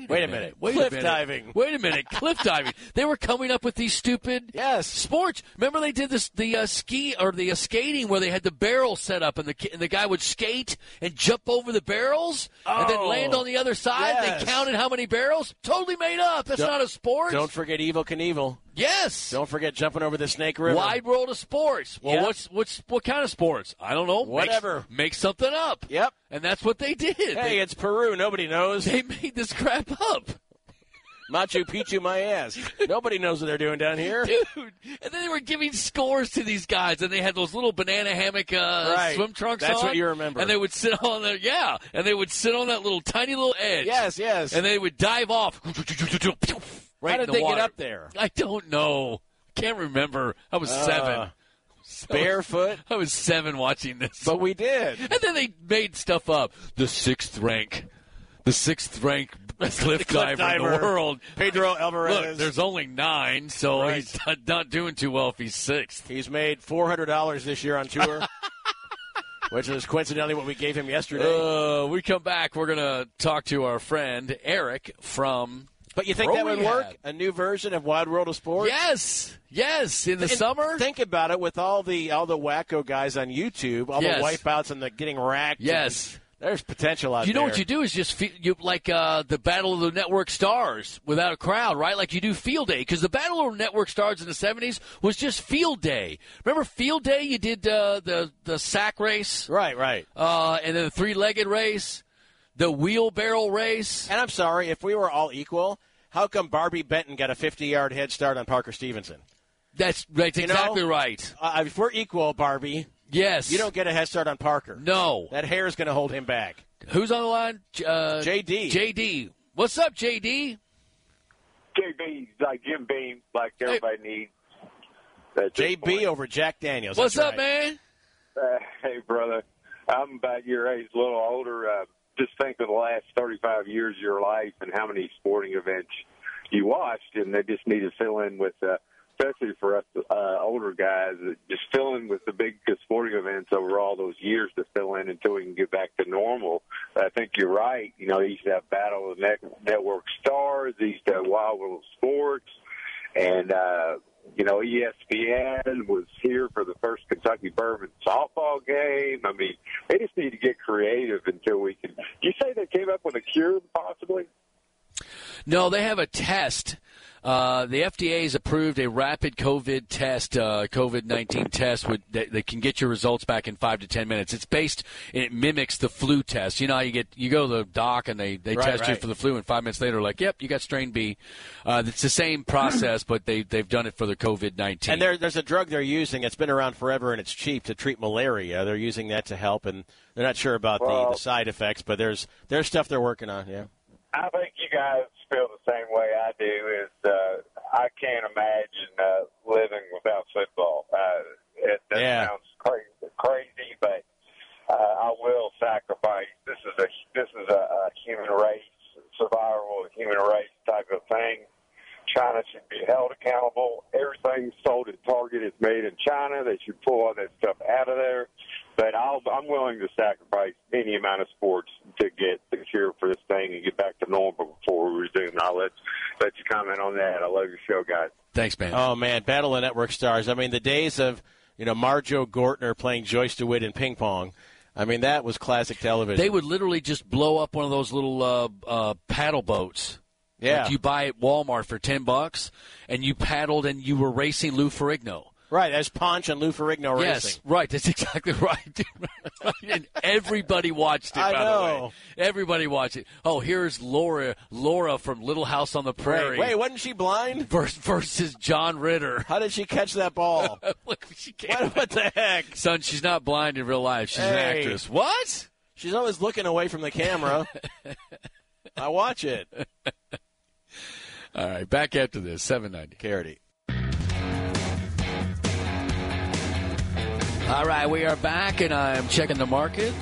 [SPEAKER 4] Wait a minute.
[SPEAKER 3] Wait
[SPEAKER 4] Cliff
[SPEAKER 3] a minute.
[SPEAKER 4] diving.
[SPEAKER 3] Wait a minute. Cliff diving. They were coming up with these stupid
[SPEAKER 4] Yes.
[SPEAKER 3] sports. Remember they did this the uh, ski or the uh, skating where they had the barrel set up and the ki- and the guy would skate and jump over the barrels and then
[SPEAKER 4] Oh.
[SPEAKER 3] land on the other side.
[SPEAKER 4] Yes.
[SPEAKER 3] They counted how many barrels. Totally made up. That's not a sport.
[SPEAKER 4] don't forget Evil Knievel.
[SPEAKER 3] yes.
[SPEAKER 4] Don't forget jumping over the Snake River.
[SPEAKER 3] Wide world of sports. Well,
[SPEAKER 4] Yep.
[SPEAKER 3] what's what's what kind of sports? I don't know. Make-
[SPEAKER 4] Whatever.
[SPEAKER 3] Make, something up.
[SPEAKER 4] Yep.
[SPEAKER 3] And that's what they did.
[SPEAKER 4] Hey, it's Peru. Nobody knows.
[SPEAKER 3] they, [laughs] they made this crap up.
[SPEAKER 4] Machu Picchu, my
[SPEAKER 3] [laughs]
[SPEAKER 4] ass. Nobody knows what they're doing down here.
[SPEAKER 3] dude. And then they were giving scores to these guys, and they had those little banana hammock uh,
[SPEAKER 4] Right.
[SPEAKER 3] swim trunks.
[SPEAKER 4] That's
[SPEAKER 3] on,
[SPEAKER 4] what you remember.
[SPEAKER 3] And they would sit on there, yeah. And they would sit on that little tiny little edge.
[SPEAKER 4] Yes, yes.
[SPEAKER 3] And they would dive off. Right
[SPEAKER 4] How
[SPEAKER 3] in
[SPEAKER 4] did
[SPEAKER 3] the
[SPEAKER 4] they
[SPEAKER 3] water.
[SPEAKER 4] get up there? Uh.
[SPEAKER 3] I don't know. Can't remember. I was seven.
[SPEAKER 4] Barefoot.
[SPEAKER 3] I was seven watching this.
[SPEAKER 4] But we did.
[SPEAKER 3] and then they made stuff up. The sixth rank. The sixth rank
[SPEAKER 4] [laughs]
[SPEAKER 3] cliff,
[SPEAKER 4] cliff
[SPEAKER 3] diver in
[SPEAKER 4] diver.
[SPEAKER 3] the world.
[SPEAKER 4] Pedro
[SPEAKER 3] [laughs] Look,
[SPEAKER 4] Alvarez.
[SPEAKER 3] there's only nine, so
[SPEAKER 4] Right.
[SPEAKER 3] he's [laughs] not- not doing too well if he's sixth.
[SPEAKER 4] He's made four hundred dollars this year on tour,
[SPEAKER 3] [laughs]
[SPEAKER 4] which is coincidentally what we gave him yesterday.
[SPEAKER 3] Uh, we come back. We're gonna talk to our friend Eric from.
[SPEAKER 4] but you think
[SPEAKER 3] Pro
[SPEAKER 4] that would
[SPEAKER 3] Rehab.
[SPEAKER 4] work? A new version of Wide World of Sports?
[SPEAKER 3] Yes, yes, in the
[SPEAKER 4] And
[SPEAKER 3] summer.
[SPEAKER 4] Think about it with all the all the wacko guys on YouTube, all
[SPEAKER 3] Yes.
[SPEAKER 4] the wipeouts and the getting racked.
[SPEAKER 3] Yes.
[SPEAKER 4] and there's potential out
[SPEAKER 3] you know
[SPEAKER 4] there.
[SPEAKER 3] what you do is just fe you like uh, the Battle of the Network Stars without a crowd, right? Like you do Field Day because the Battle of Network Stars in the '70s was just Field Day. Remember Field Day? You did uh, the the sack race,
[SPEAKER 4] Right, right.
[SPEAKER 3] uh, and then the three-legged race, the wheelbarrow race.
[SPEAKER 4] And I'm sorry if we were all equal. How come Barbie Benton got a 50 yard head start on Parker Stevenson?
[SPEAKER 3] That's that's
[SPEAKER 4] know-
[SPEAKER 3] exactly right.
[SPEAKER 4] Uh, if we're equal, Barbie,
[SPEAKER 3] Yes,
[SPEAKER 4] you don't get a head start on Parker.
[SPEAKER 3] No,
[SPEAKER 4] That hair is going to hold him back.
[SPEAKER 3] Who's on the line? J- Uh,
[SPEAKER 4] JD.
[SPEAKER 3] JD. What's up, JD?
[SPEAKER 6] JB, like Jim Beam, like everybody needs. That's it for
[SPEAKER 4] JB
[SPEAKER 6] you.
[SPEAKER 4] over Jack Daniels.
[SPEAKER 3] What's
[SPEAKER 4] That's
[SPEAKER 3] up,
[SPEAKER 4] right.
[SPEAKER 3] man?
[SPEAKER 6] Uh, [laughs] hey, brother, I'm about your age, a little older. Uh, just think of the last 35 years of your life and how many sporting events you watched, and they just need to fill in with, uh, especially for us uh, older guys, uh, just fill in with the big uh, sporting events over all those years to fill in until we can get back to normal. But I think you're right. You know, they used to have Battle of the Net- Network Stars, they used to have Wild World Sports and uh, you know ESPN was here for the first Kentucky Bourbon softball game. I mean, they just need to get creative until we can. You say they came up with a cure, possibly?
[SPEAKER 3] No, they have a test. Uh, the FDA has approved a rapid COVID test, uh, COVID nineteen test, with, that, that can get your results back in five to ten minutes. It's based, and it mimics the flu test. You know, how you get you go to the doc and they, they
[SPEAKER 4] Right,
[SPEAKER 3] test you
[SPEAKER 4] right.
[SPEAKER 3] for the flu, and five minutes later, like, yep, you got strain B. Uh, it's the same process, but they they've done it for the COVID nineteen.
[SPEAKER 4] And there, there's a drug they're using that's been around forever and it's cheap to treat malaria. They're using that to help, and they're not sure about the,
[SPEAKER 6] Well-
[SPEAKER 4] the side effects, but there's there's stuff they're working on. Yeah.
[SPEAKER 6] I think you guys feel the same way I do. Is uh, I can't imagine uh, living without football. Uh, it that
[SPEAKER 4] Yeah.
[SPEAKER 6] sounds crazy, crazy, but uh, I will sacrifice. This is a this is a, a human race survival, of human race type of thing. China should be held accountable. Everything sold at Target is made in China. They should pull all that stuff out of there. But I'll, I'm willing to sacrifice any amount of sports to get the cure for this thing and get back to normal before we resume. I'll let, let you comment on that. I love your show, guys.
[SPEAKER 3] Thanks, man.
[SPEAKER 4] Oh man, Battle of Network Stars. I mean, the days of you know Marjo Gortner playing Joyce DeWitt in ping pong. I mean, that was classic television.
[SPEAKER 3] They would literally just blow up one of those little uh, uh, paddle boats.
[SPEAKER 4] yeah,
[SPEAKER 3] Like you buy at Walmart for 10 bucks, and you paddled and you were racing Lou Ferrigno.
[SPEAKER 4] right. As Ponch and Lou Ferrigno
[SPEAKER 3] Yes,
[SPEAKER 4] racing.
[SPEAKER 3] right. That's [laughs] exactly right. and everybody watched it,
[SPEAKER 4] I
[SPEAKER 3] by the way.
[SPEAKER 4] know.
[SPEAKER 3] Everybody watched it. Oh, here's Laura Laura from Little House on the Prairie
[SPEAKER 4] Wait, wait, wasn't she blind?
[SPEAKER 3] vers- versus John Ritter. [laughs]
[SPEAKER 4] How did she catch that ball?
[SPEAKER 3] Look, she
[SPEAKER 4] [laughs] what,
[SPEAKER 3] can't-
[SPEAKER 4] what the heck?
[SPEAKER 3] Son, she's not blind in real life. She's an
[SPEAKER 4] Hey.
[SPEAKER 3] actress. What?
[SPEAKER 4] She's always looking away from the [laughs] camera. I watch it.
[SPEAKER 3] All right, back after this, 790.
[SPEAKER 4] Carity.
[SPEAKER 3] All right, we are back, and I'm checking the market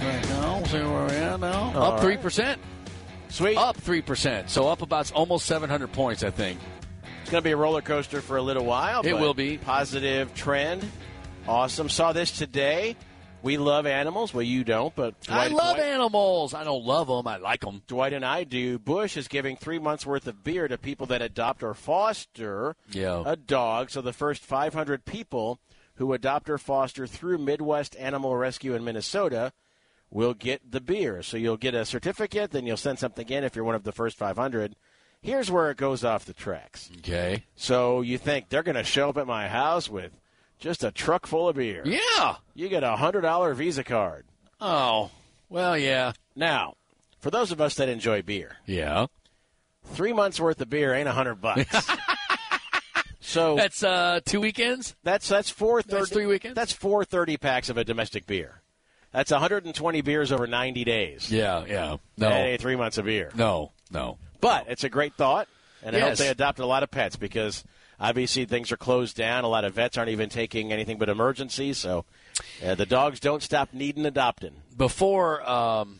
[SPEAKER 3] right now. See where we are now. up three percent.
[SPEAKER 4] Sweet.
[SPEAKER 3] Up three percent. So up about almost 700 points, I think.
[SPEAKER 4] It's going to be a roller coaster for a little while.
[SPEAKER 3] It
[SPEAKER 4] but
[SPEAKER 3] will be.
[SPEAKER 4] Positive trend. Awesome. Saw this today. We love animals. Well, you don't, but
[SPEAKER 3] I
[SPEAKER 4] Dwight-
[SPEAKER 3] love
[SPEAKER 4] Dwight-
[SPEAKER 3] animals. I don't love them. I like them.
[SPEAKER 4] Dwight and I do. Bush is giving three months worth of beer to people that adopt or foster
[SPEAKER 3] Yeah.
[SPEAKER 4] a dog. So the first 500 people who adopt or foster through Midwest Animal Rescue in Minnesota will get the beer. So you'll get a certificate, then you'll send something in if you're one of the first 500. Here's where it goes off the tracks.
[SPEAKER 3] Okay.
[SPEAKER 4] So you think they're going to show up at my house with just a truck full of beer?
[SPEAKER 3] Yeah.
[SPEAKER 4] You get a hundred dollar Visa card.
[SPEAKER 3] Oh. Well, yeah.
[SPEAKER 4] Now, for those of us that enjoy beer,
[SPEAKER 3] Yeah.
[SPEAKER 4] three months worth of beer ain't a hundred
[SPEAKER 3] [laughs]
[SPEAKER 4] bucks. so that's,
[SPEAKER 3] That's uh two weekends.
[SPEAKER 4] that's that's four thirty.
[SPEAKER 3] That's three weekends?
[SPEAKER 4] That's four thirty packs of a domestic beer. That's 120 beers over 90 days.
[SPEAKER 3] Yeah. Yeah.
[SPEAKER 4] That ain't three months of beer.
[SPEAKER 3] No. No.
[SPEAKER 4] But it's a great thought, and I hope
[SPEAKER 3] Yes.
[SPEAKER 4] they adopt a lot of pets because obviously things are closed down. A lot of vets aren't even taking anything but emergencies, so uh, the dogs don't stop needing adopting.
[SPEAKER 3] before um,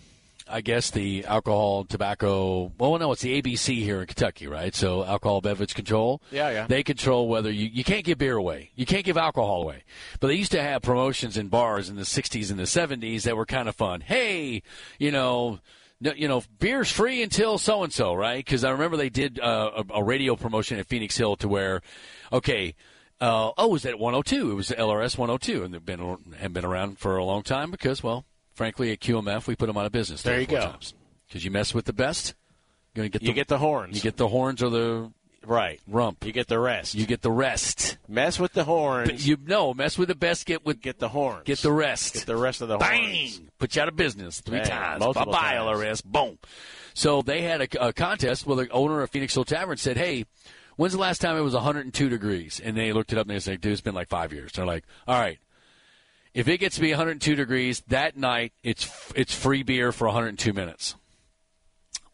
[SPEAKER 3] I guess the alcohol, tobacco. Well, no, it's the ABC here in Kentucky, right? So alcohol beverage control.
[SPEAKER 4] Yeah, yeah.
[SPEAKER 3] They control whether you you can't give beer away, you can't give alcohol away. But they used to have promotions in bars in the '60s and the '70s that were kind of fun. Hey, you know. No, you know, beer's free until so and so, right? Because I remember they did uh, a, a radio promotion at Phoenix Hill to where, okay, uh, oh, it was at 102. It was LRS 102, and they've been have been around for a long time because, well, frankly, at QMF we put them out of business.
[SPEAKER 4] There you go.
[SPEAKER 3] Because you mess with the best, you're gonna get
[SPEAKER 4] You
[SPEAKER 3] the,
[SPEAKER 4] get the horns.
[SPEAKER 3] you get the horns or the
[SPEAKER 4] right.
[SPEAKER 3] rump.
[SPEAKER 4] You get the rest.
[SPEAKER 3] You
[SPEAKER 4] You
[SPEAKER 3] get the rest.
[SPEAKER 4] mess with the horns.
[SPEAKER 3] You no mess with the best. Get with
[SPEAKER 4] get the horns.
[SPEAKER 3] get the rest.
[SPEAKER 4] Get the rest of the
[SPEAKER 3] Bang!
[SPEAKER 4] horns.
[SPEAKER 3] Put you out of business three
[SPEAKER 4] Bang.
[SPEAKER 3] times. Bye
[SPEAKER 4] Multiple
[SPEAKER 3] bye,
[SPEAKER 4] times.
[SPEAKER 3] LRS. Boom. So they had a, a contest where the owner of Phoenix Hill Tavern said, "Hey, when's the last time it was 102 degrees?" And they looked it up and they said, "Dude, it's been like five years." They're like, "All right, if it gets to be 102 degrees that night, it's f- it's free beer for 102 minutes."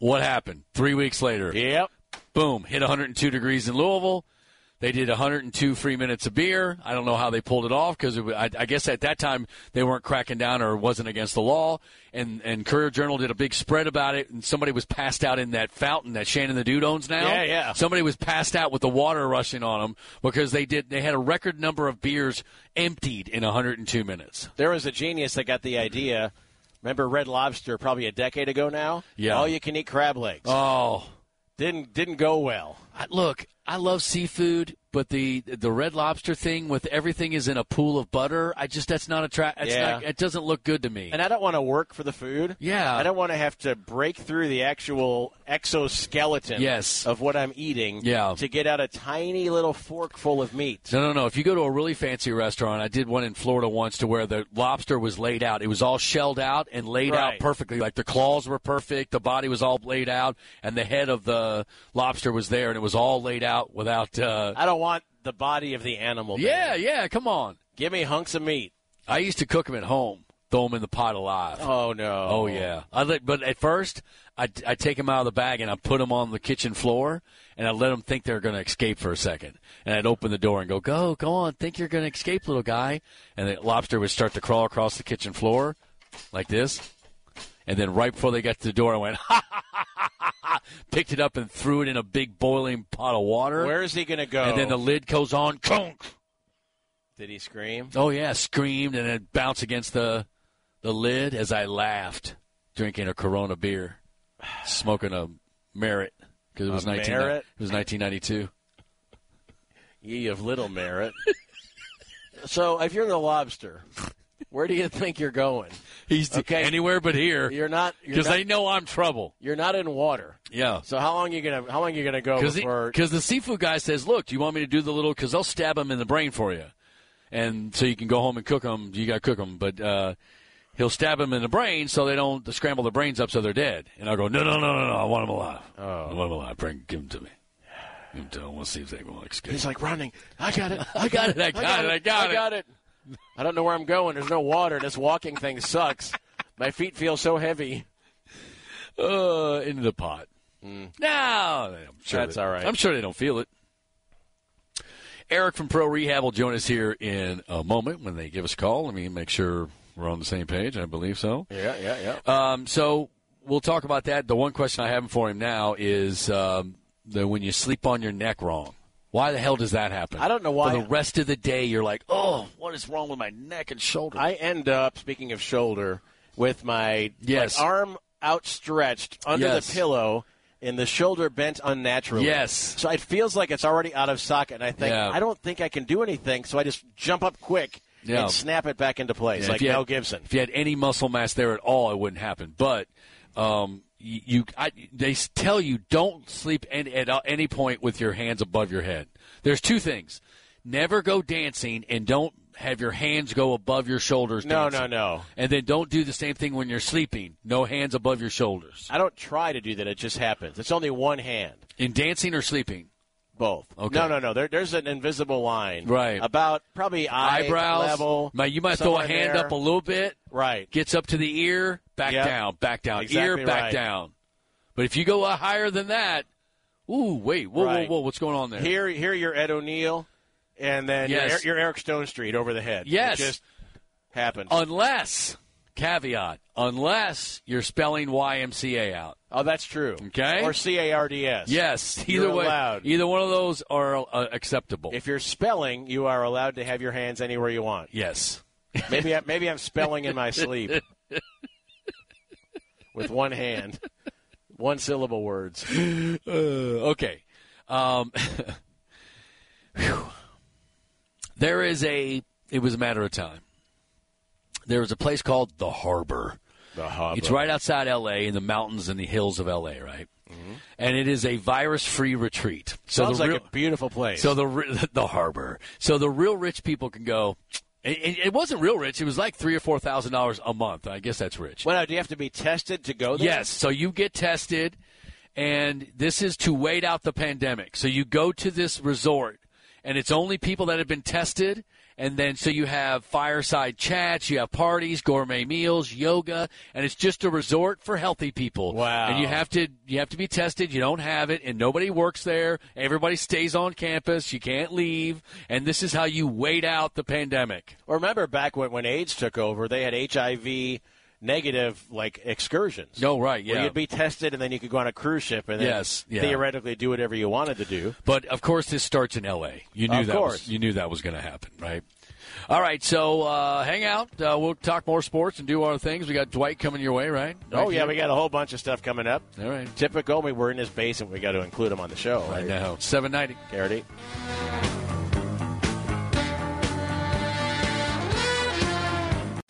[SPEAKER 3] What happened? Three weeks later,
[SPEAKER 4] Yep.
[SPEAKER 3] boom, hit 102 degrees in Louisville. They did 102 free minutes of beer. I don't know how they pulled it off because I, I guess at that time they weren't cracking down or it wasn't against the law. And and Courier Journal did a big spread about it, and somebody was passed out in that fountain that Shannon the Dude owns now.
[SPEAKER 4] Yeah, yeah.
[SPEAKER 3] Somebody was passed out with the water rushing on them because they did they had a record number of beers emptied in 102 minutes.
[SPEAKER 4] There was a genius that got the idea. Remember Red Lobster probably a decade ago now?
[SPEAKER 3] Yeah.
[SPEAKER 4] All you can eat crab legs.
[SPEAKER 3] Oh,
[SPEAKER 4] didn't didn't go well.
[SPEAKER 3] I, look, I love seafood, but the the red lobster thing with everything is in a pool of butter. I just that's not attract.
[SPEAKER 4] Yeah.
[SPEAKER 3] Not, it doesn't look good to me.
[SPEAKER 4] And I don't want to work for the food.
[SPEAKER 3] Yeah.
[SPEAKER 4] I don't want to have to break through the actual exoskeleton
[SPEAKER 3] Yes.
[SPEAKER 4] of what I'm eating
[SPEAKER 3] Yeah.
[SPEAKER 4] to get out a tiny little forkful of meat.
[SPEAKER 3] no, no, no. If you go to a really fancy restaurant, I did one in Florida once to where the lobster was laid out. It was all shelled out and laid out
[SPEAKER 4] Right.
[SPEAKER 3] perfectly. Like the claws were perfect, the body was all laid out, and the head of the lobster was there, and it was all laid out without. Uh,
[SPEAKER 4] I don't want the body of the animal. there.
[SPEAKER 3] yeah, yeah. Come on.
[SPEAKER 4] Give me hunks of meat.
[SPEAKER 3] I used to cook them at home, throw them in the pot alive.
[SPEAKER 4] Oh no.
[SPEAKER 3] Oh yeah, I let, but at first I I take them out of the bag and I put them on the kitchen floor and I let them think they're going to escape for a second and I'd open the door and go go go on think you're going to escape little guy and the lobster would start to crawl across the kitchen floor like this and then right before they got to the door I went [laughs] ha ha ha ha ha picked it up and threw it in a big boiling pot of water
[SPEAKER 4] Where is he going to go?
[SPEAKER 3] and then the lid goes on conk
[SPEAKER 4] Did he scream?
[SPEAKER 3] oh yeah screamed and it bounced against the the lid as I laughed, drinking a Corona beer, smoking a Merit because it was
[SPEAKER 4] A
[SPEAKER 3] 19
[SPEAKER 4] Merit?
[SPEAKER 3] it was 1992.
[SPEAKER 4] [laughs] Ye of little merit. so if you're the lobster, Where do you think you're going?
[SPEAKER 3] He's
[SPEAKER 4] Okay.
[SPEAKER 3] anywhere but here
[SPEAKER 4] You're not you're
[SPEAKER 3] because
[SPEAKER 4] not,
[SPEAKER 3] they know I'm trouble.
[SPEAKER 4] you're not in water.
[SPEAKER 3] Yeah.
[SPEAKER 4] So how long you gonna how long you gonna go
[SPEAKER 3] Because
[SPEAKER 4] before?
[SPEAKER 3] the, seafood guy says, "Look, do you want me to do the little? Because they'll stab them in the brain for you, and so you can go home and cook them. You got to cook them, but uh, he'll stab them in the brain so they don't scramble their brains up so they're dead." And I'll go, "No, no, no, no, no! I want them alive. I want them alive. Bring, give them to me. Give 'em to 'em. We'll see if they will escape."
[SPEAKER 4] He's like running. I got it.
[SPEAKER 3] I got it. [laughs] I got, it. I got,
[SPEAKER 4] I got it. I don't know where I'm going. There's no water. This walking thing sucks. My feet feel so heavy.
[SPEAKER 3] it. Uh, into the pot. No, I'm Hmm. sure
[SPEAKER 4] That's
[SPEAKER 3] they-
[SPEAKER 4] all right.
[SPEAKER 3] I'm sure they don't feel it. Eric from Pro Rehab will join us here in a moment when they give us a call. Let me make sure we're on the same page. I believe so.
[SPEAKER 4] Yeah, yeah, yeah.
[SPEAKER 3] Um, so we'll talk about that. The one question I have for him now is um, the when you sleep on your neck wrong. Why the hell does that happen?
[SPEAKER 4] I don't know why.
[SPEAKER 3] For the rest of the day, you're like, oh, what is wrong with my neck and shoulder?
[SPEAKER 4] I end up speaking of shoulder with my
[SPEAKER 3] Yes.
[SPEAKER 4] like, arm outstretched under
[SPEAKER 3] Yes.
[SPEAKER 4] the pillow and the shoulder bent unnaturally.
[SPEAKER 3] Yes.
[SPEAKER 4] So it feels like it's already out of socket and I think
[SPEAKER 3] Yeah.
[SPEAKER 4] I don't think I can do anything, so I just jump up quick
[SPEAKER 3] Yeah.
[SPEAKER 4] and snap it back into place
[SPEAKER 3] Yeah,
[SPEAKER 4] like
[SPEAKER 3] if you
[SPEAKER 4] Mel
[SPEAKER 3] had-
[SPEAKER 4] Gibson.
[SPEAKER 3] If you had any muscle mass there at all, it wouldn't happen. But um, you, you I, they s- tell you don't sleep any, at a- any point with your hands above your head. There's two things: never go dancing, and don't have your hands go above your shoulders.
[SPEAKER 4] No,
[SPEAKER 3] dancing.
[SPEAKER 4] no, no.
[SPEAKER 3] And then don't do the same thing when you're sleeping. No hands above your shoulders
[SPEAKER 4] I don't try to do that, it just happens. It's only one hand.
[SPEAKER 3] in dancing or sleeping.
[SPEAKER 4] Both.
[SPEAKER 3] Okay.
[SPEAKER 4] No, no, no. There, there's an invisible line.
[SPEAKER 3] Right.
[SPEAKER 4] About probably eye
[SPEAKER 3] Eyebrows.
[SPEAKER 4] level.
[SPEAKER 3] Ma- you might throw a
[SPEAKER 4] somewhere
[SPEAKER 3] hand
[SPEAKER 4] there.
[SPEAKER 3] up a little bit.
[SPEAKER 4] Right.
[SPEAKER 3] gets up to the ear, back
[SPEAKER 4] Yep.
[SPEAKER 3] down, back down,
[SPEAKER 4] Exactly
[SPEAKER 3] ear, back
[SPEAKER 4] right.
[SPEAKER 3] down. But if you go uh, higher than that, ooh, wait, whoa,
[SPEAKER 4] Right.
[SPEAKER 3] whoa, whoa, what's going on there?
[SPEAKER 4] Here, here you're Ed O'Neill, and then you're
[SPEAKER 3] Yes.
[SPEAKER 4] you're, Eric Stone Street over the head.
[SPEAKER 3] Yes.
[SPEAKER 4] It just happened.
[SPEAKER 3] Unless, caveat, unless you're spelling YMCA out.
[SPEAKER 4] oh, that's true.
[SPEAKER 3] Okay.
[SPEAKER 4] Or C A R D S.
[SPEAKER 3] Yes, either
[SPEAKER 4] You're
[SPEAKER 3] way,
[SPEAKER 4] allowed.
[SPEAKER 3] either one of those are uh, acceptable.
[SPEAKER 4] If you're spelling, you are allowed to have your hands anywhere you want.
[SPEAKER 3] yes.
[SPEAKER 4] Maybe, I, maybe I'm spelling in my sleep
[SPEAKER 3] [laughs]
[SPEAKER 4] with one hand, one syllable words.
[SPEAKER 3] Uh, okay. Um, [laughs] Phew. there is a. It was a matter of time. There was a place called the Harbor.
[SPEAKER 4] The hub.
[SPEAKER 3] It's right outside LA in the mountains and the hills of LA, right? And it is a virus-free retreat. So
[SPEAKER 4] Mm-hmm. Sounds
[SPEAKER 3] the
[SPEAKER 4] like
[SPEAKER 3] real,
[SPEAKER 4] a beautiful place.
[SPEAKER 3] so the re- [laughs] the harbor. So the real rich people can go. It, it- it wasn't real rich. It was like three or four thousand dollars a month. I guess that's rich.
[SPEAKER 4] well, now, do you have to be tested to go there?
[SPEAKER 3] Yes. So you get tested, and this is to wait out the pandemic. So you go to this resort, and it's only people that have been tested. And then, so you have fireside chats, you have parties, gourmet meals, yoga, and it's just a resort for healthy people.
[SPEAKER 4] Wow.
[SPEAKER 3] And you have to you have to be tested. You don't have it, and nobody works there. Everybody stays on campus. You can't leave, and this is how you wait out the pandemic.
[SPEAKER 4] Well, Remember back when, when AIDS took over, they had HIV negative like excursions.
[SPEAKER 3] No, Oh, right?
[SPEAKER 4] Where
[SPEAKER 3] Yeah.
[SPEAKER 4] you'd be tested and then you could go on a cruise ship and then
[SPEAKER 3] Yes, yeah.
[SPEAKER 4] theoretically do whatever you wanted to do.
[SPEAKER 3] But of course, this starts in L.A. You knew
[SPEAKER 4] Of
[SPEAKER 3] that
[SPEAKER 4] course.
[SPEAKER 3] Was, you knew that was going to happen, right? All right, so uh, hang out. Uh, we'll talk more sports and do our things. We got Dwight coming your way, right?
[SPEAKER 4] Oh
[SPEAKER 3] Right
[SPEAKER 4] yeah,
[SPEAKER 3] here?
[SPEAKER 4] we got a whole bunch of stuff coming up.
[SPEAKER 3] All right.
[SPEAKER 4] Typical, we were in his basement. We got to include him on the show.
[SPEAKER 3] I
[SPEAKER 4] Right,
[SPEAKER 3] know. Seven ninety.
[SPEAKER 4] Garrity.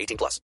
[SPEAKER 1] 18 plus.